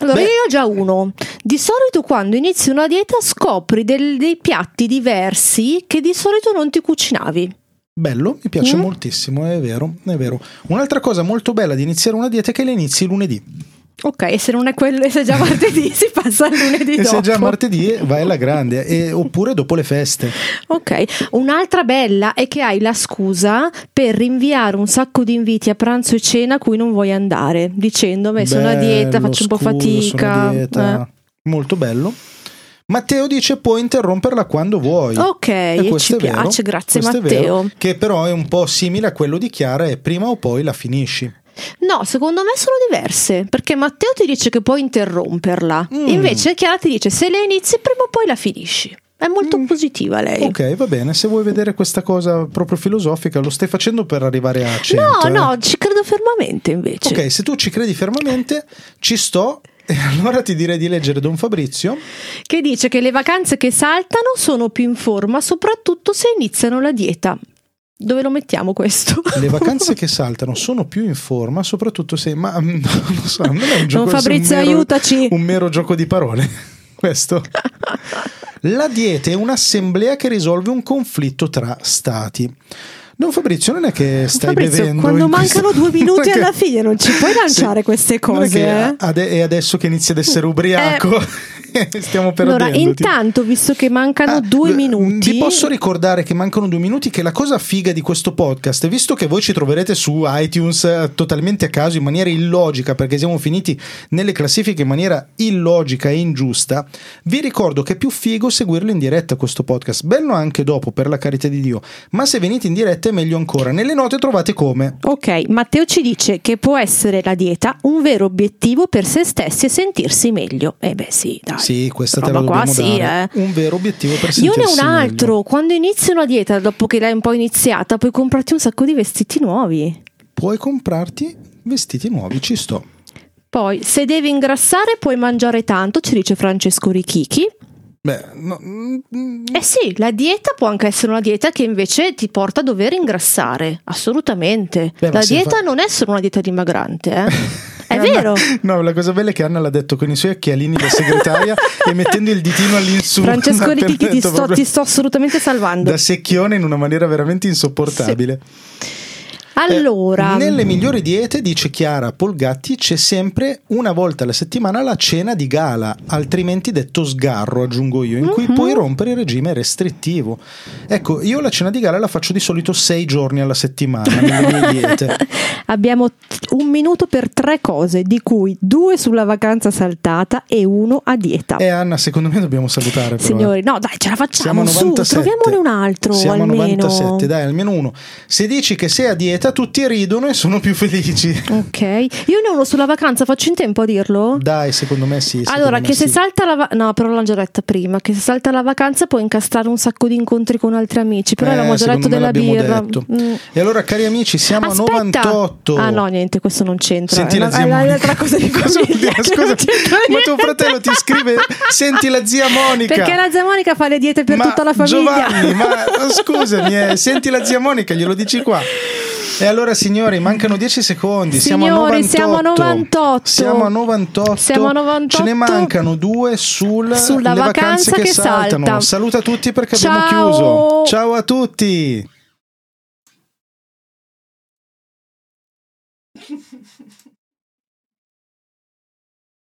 Allora,
Beh.
io ne ho già uno. Di solito quando inizi una dieta scopri del- dei piatti diversi che di solito non ti cucinavi.
Bello, mi piace
Mm.
moltissimo, è vero, è vero. Un'altra cosa molto bella di iniziare una dieta è che la inizi lunedì.
Ok, e se non è quello, e se è già martedì si passa al lunedì
e
dopo.
se è già martedì vai alla grande, e- oppure dopo le feste.
Ok, un'altra bella è che hai la scusa per rinviare un sacco di inviti a pranzo e cena a cui non vuoi andare, dicendo beh, sono a dieta,
Bello,
faccio un po'
scusa, sono
fatica. eh.
a dieta. Molto bello. Matteo dice puoi interromperla quando vuoi.
Ok,
E
e
questo
ci
è vero,
piace, grazie
questo è vero,
Matteo.
che però è un po' simile a quello di Chiara e prima o poi la finisci.
Eh, No, secondo me sono diverse, perché Matteo ti dice che puoi interromperla,
Mm.
invece Chiara ti dice se la inizi prima o poi la finisci. È molto positiva lei.
Mm. Ok, va bene, se vuoi vedere questa cosa proprio filosofica lo stai facendo per arrivare a
No,
100. eh?
no, ci credo fermamente invece.
Ok, se tu ci credi fermamente, ci sto. E allora ti direi di leggere Don Fabrizio.
che dice che le vacanze che saltano sono più in forma, soprattutto se iniziano la dieta. Dove lo mettiamo questo?
Le vacanze che saltano sono più in forma, soprattutto se. Ma mm, non lo so, non è un gioco.
Don Fabrizio,
è un mero-
aiutaci.
Un mero gioco di parole. Questo. La dieta è un'assemblea che risolve un conflitto tra stati. Don Fabrizio, non è che stai
Fabrizio,
bevendo.
quando
in questo-
mancano due minuti
Non è
alla
che-
fine non ci puoi
Sì.
lanciare queste
Non è
cose,
che
eh?
ade- è adesso che inizi ad essere ubriaco. Stiamo perdendo.
Allora, intanto, visto che mancano due
Eh,
minuti,
Vi posso ricordare che mancano due minuti che la cosa figa di questo podcast, visto che voi ci troverete su iTunes eh, totalmente a caso, in maniera illogica, perché siamo finiti nelle classifiche in maniera illogica e ingiusta, vi ricordo che è più figo seguirlo in diretta questo podcast. Bello anche dopo, per la carità di Dio, ma se venite in diretta è meglio ancora. Nelle note trovate come.
ok, Matteo ci dice che può essere la dieta un vero obiettivo per se stessi e sentirsi meglio. Eh beh, sì, dai.
Sì, questa te la
Roba
dobbiamo
qua, sì, eh.
dare. Un vero obiettivo per
Io ne ho
sentirsi
un
meglio.
altro, quando inizi una dieta, dopo che l'hai un po' iniziata, puoi comprarti un sacco di vestiti nuovi.
Puoi comprarti vestiti nuovi, ci sto.
Poi, se devi ingrassare, puoi mangiare tanto, ci dice Francesco Richichi.
Beh, no, mm, mm,
Eh sì, la dieta può anche essere una dieta che invece ti porta a dover ingrassare, assolutamente.
Beh, ma
la
sì,
dieta
fa- eh,
non è solo una dieta dimagrante, eh. È
Anna-
vero.
No, la cosa bella è che Anna l'ha detto con i suoi occhialini da segretaria e mettendo il ditino all'insù.
Francesco
l'ha
Richichi ti
detto
sto,
proprio
ti sto assolutamente salvando.
Da secchione in una maniera veramente insopportabile. Eh,
Allora,
nelle migliori diete, dice Chiara Polgatti, c'è sempre una volta alla settimana la cena di gala, altrimenti detto sgarro, aggiungo io, in
Mhm.
cui puoi rompere il regime restrittivo. Ecco, io la cena di gala la faccio di solito sei giorni alla settimana nelle mie diete.
abbiamo t- un minuto per tre cose, di cui due sulla vacanza saltata e uno a dieta.
E Anna, secondo me dobbiamo salutare. Però, eh.
Signori, no, dai, ce la
Siamo a
facciamo. Su,
97.
troviamone un altro.
Siamo a
almeno.
97, dai, almeno uno. Se dici che sei a dieta, tutti ridono e sono più felici.
Ok, io ne ho uno sulla vacanza, faccio in tempo a dirlo?
Dai, secondo me sì. secondo
Allora,
me
che se
sì.
salta la vacanza, no, però l'ho già detta prima. Che se salta la vacanza puoi incastrare un sacco di incontri con altri amici. Però
Eh,
avevamo già
secondo
detto
me
della birra.
l'abbiamo detto.
Mm.
E allora, cari amici, siamo
Aspetta.
a 98.
Ah, no, niente, questo non c'entra.
Senti
È
la
una-
zia
è
Monica.
un'altra cosa di
Cosa vuol
famiglia
dire?
che non
Scusa,
c'entra
ma tuo
niente.
fratello ti scrive: Senti la zia Monica.
Perché la zia Monica fa le diete per
Ma
tutta la famiglia.
Giovanni, ma scusami, eh, senti la zia Monica, glielo dici qua. E allora, signori, mancano 10 secondi.
Signori, siamo
siamo a
a
98.
98.
Siamo a 98.
Siamo a 98.
Ce ne mancano due sul,
Sulla
le
vacanza
vacanze che,
che
saltano.
salta.
Saluta tutti perché abbiamo
Ciao.
chiuso. Ciao a tutti.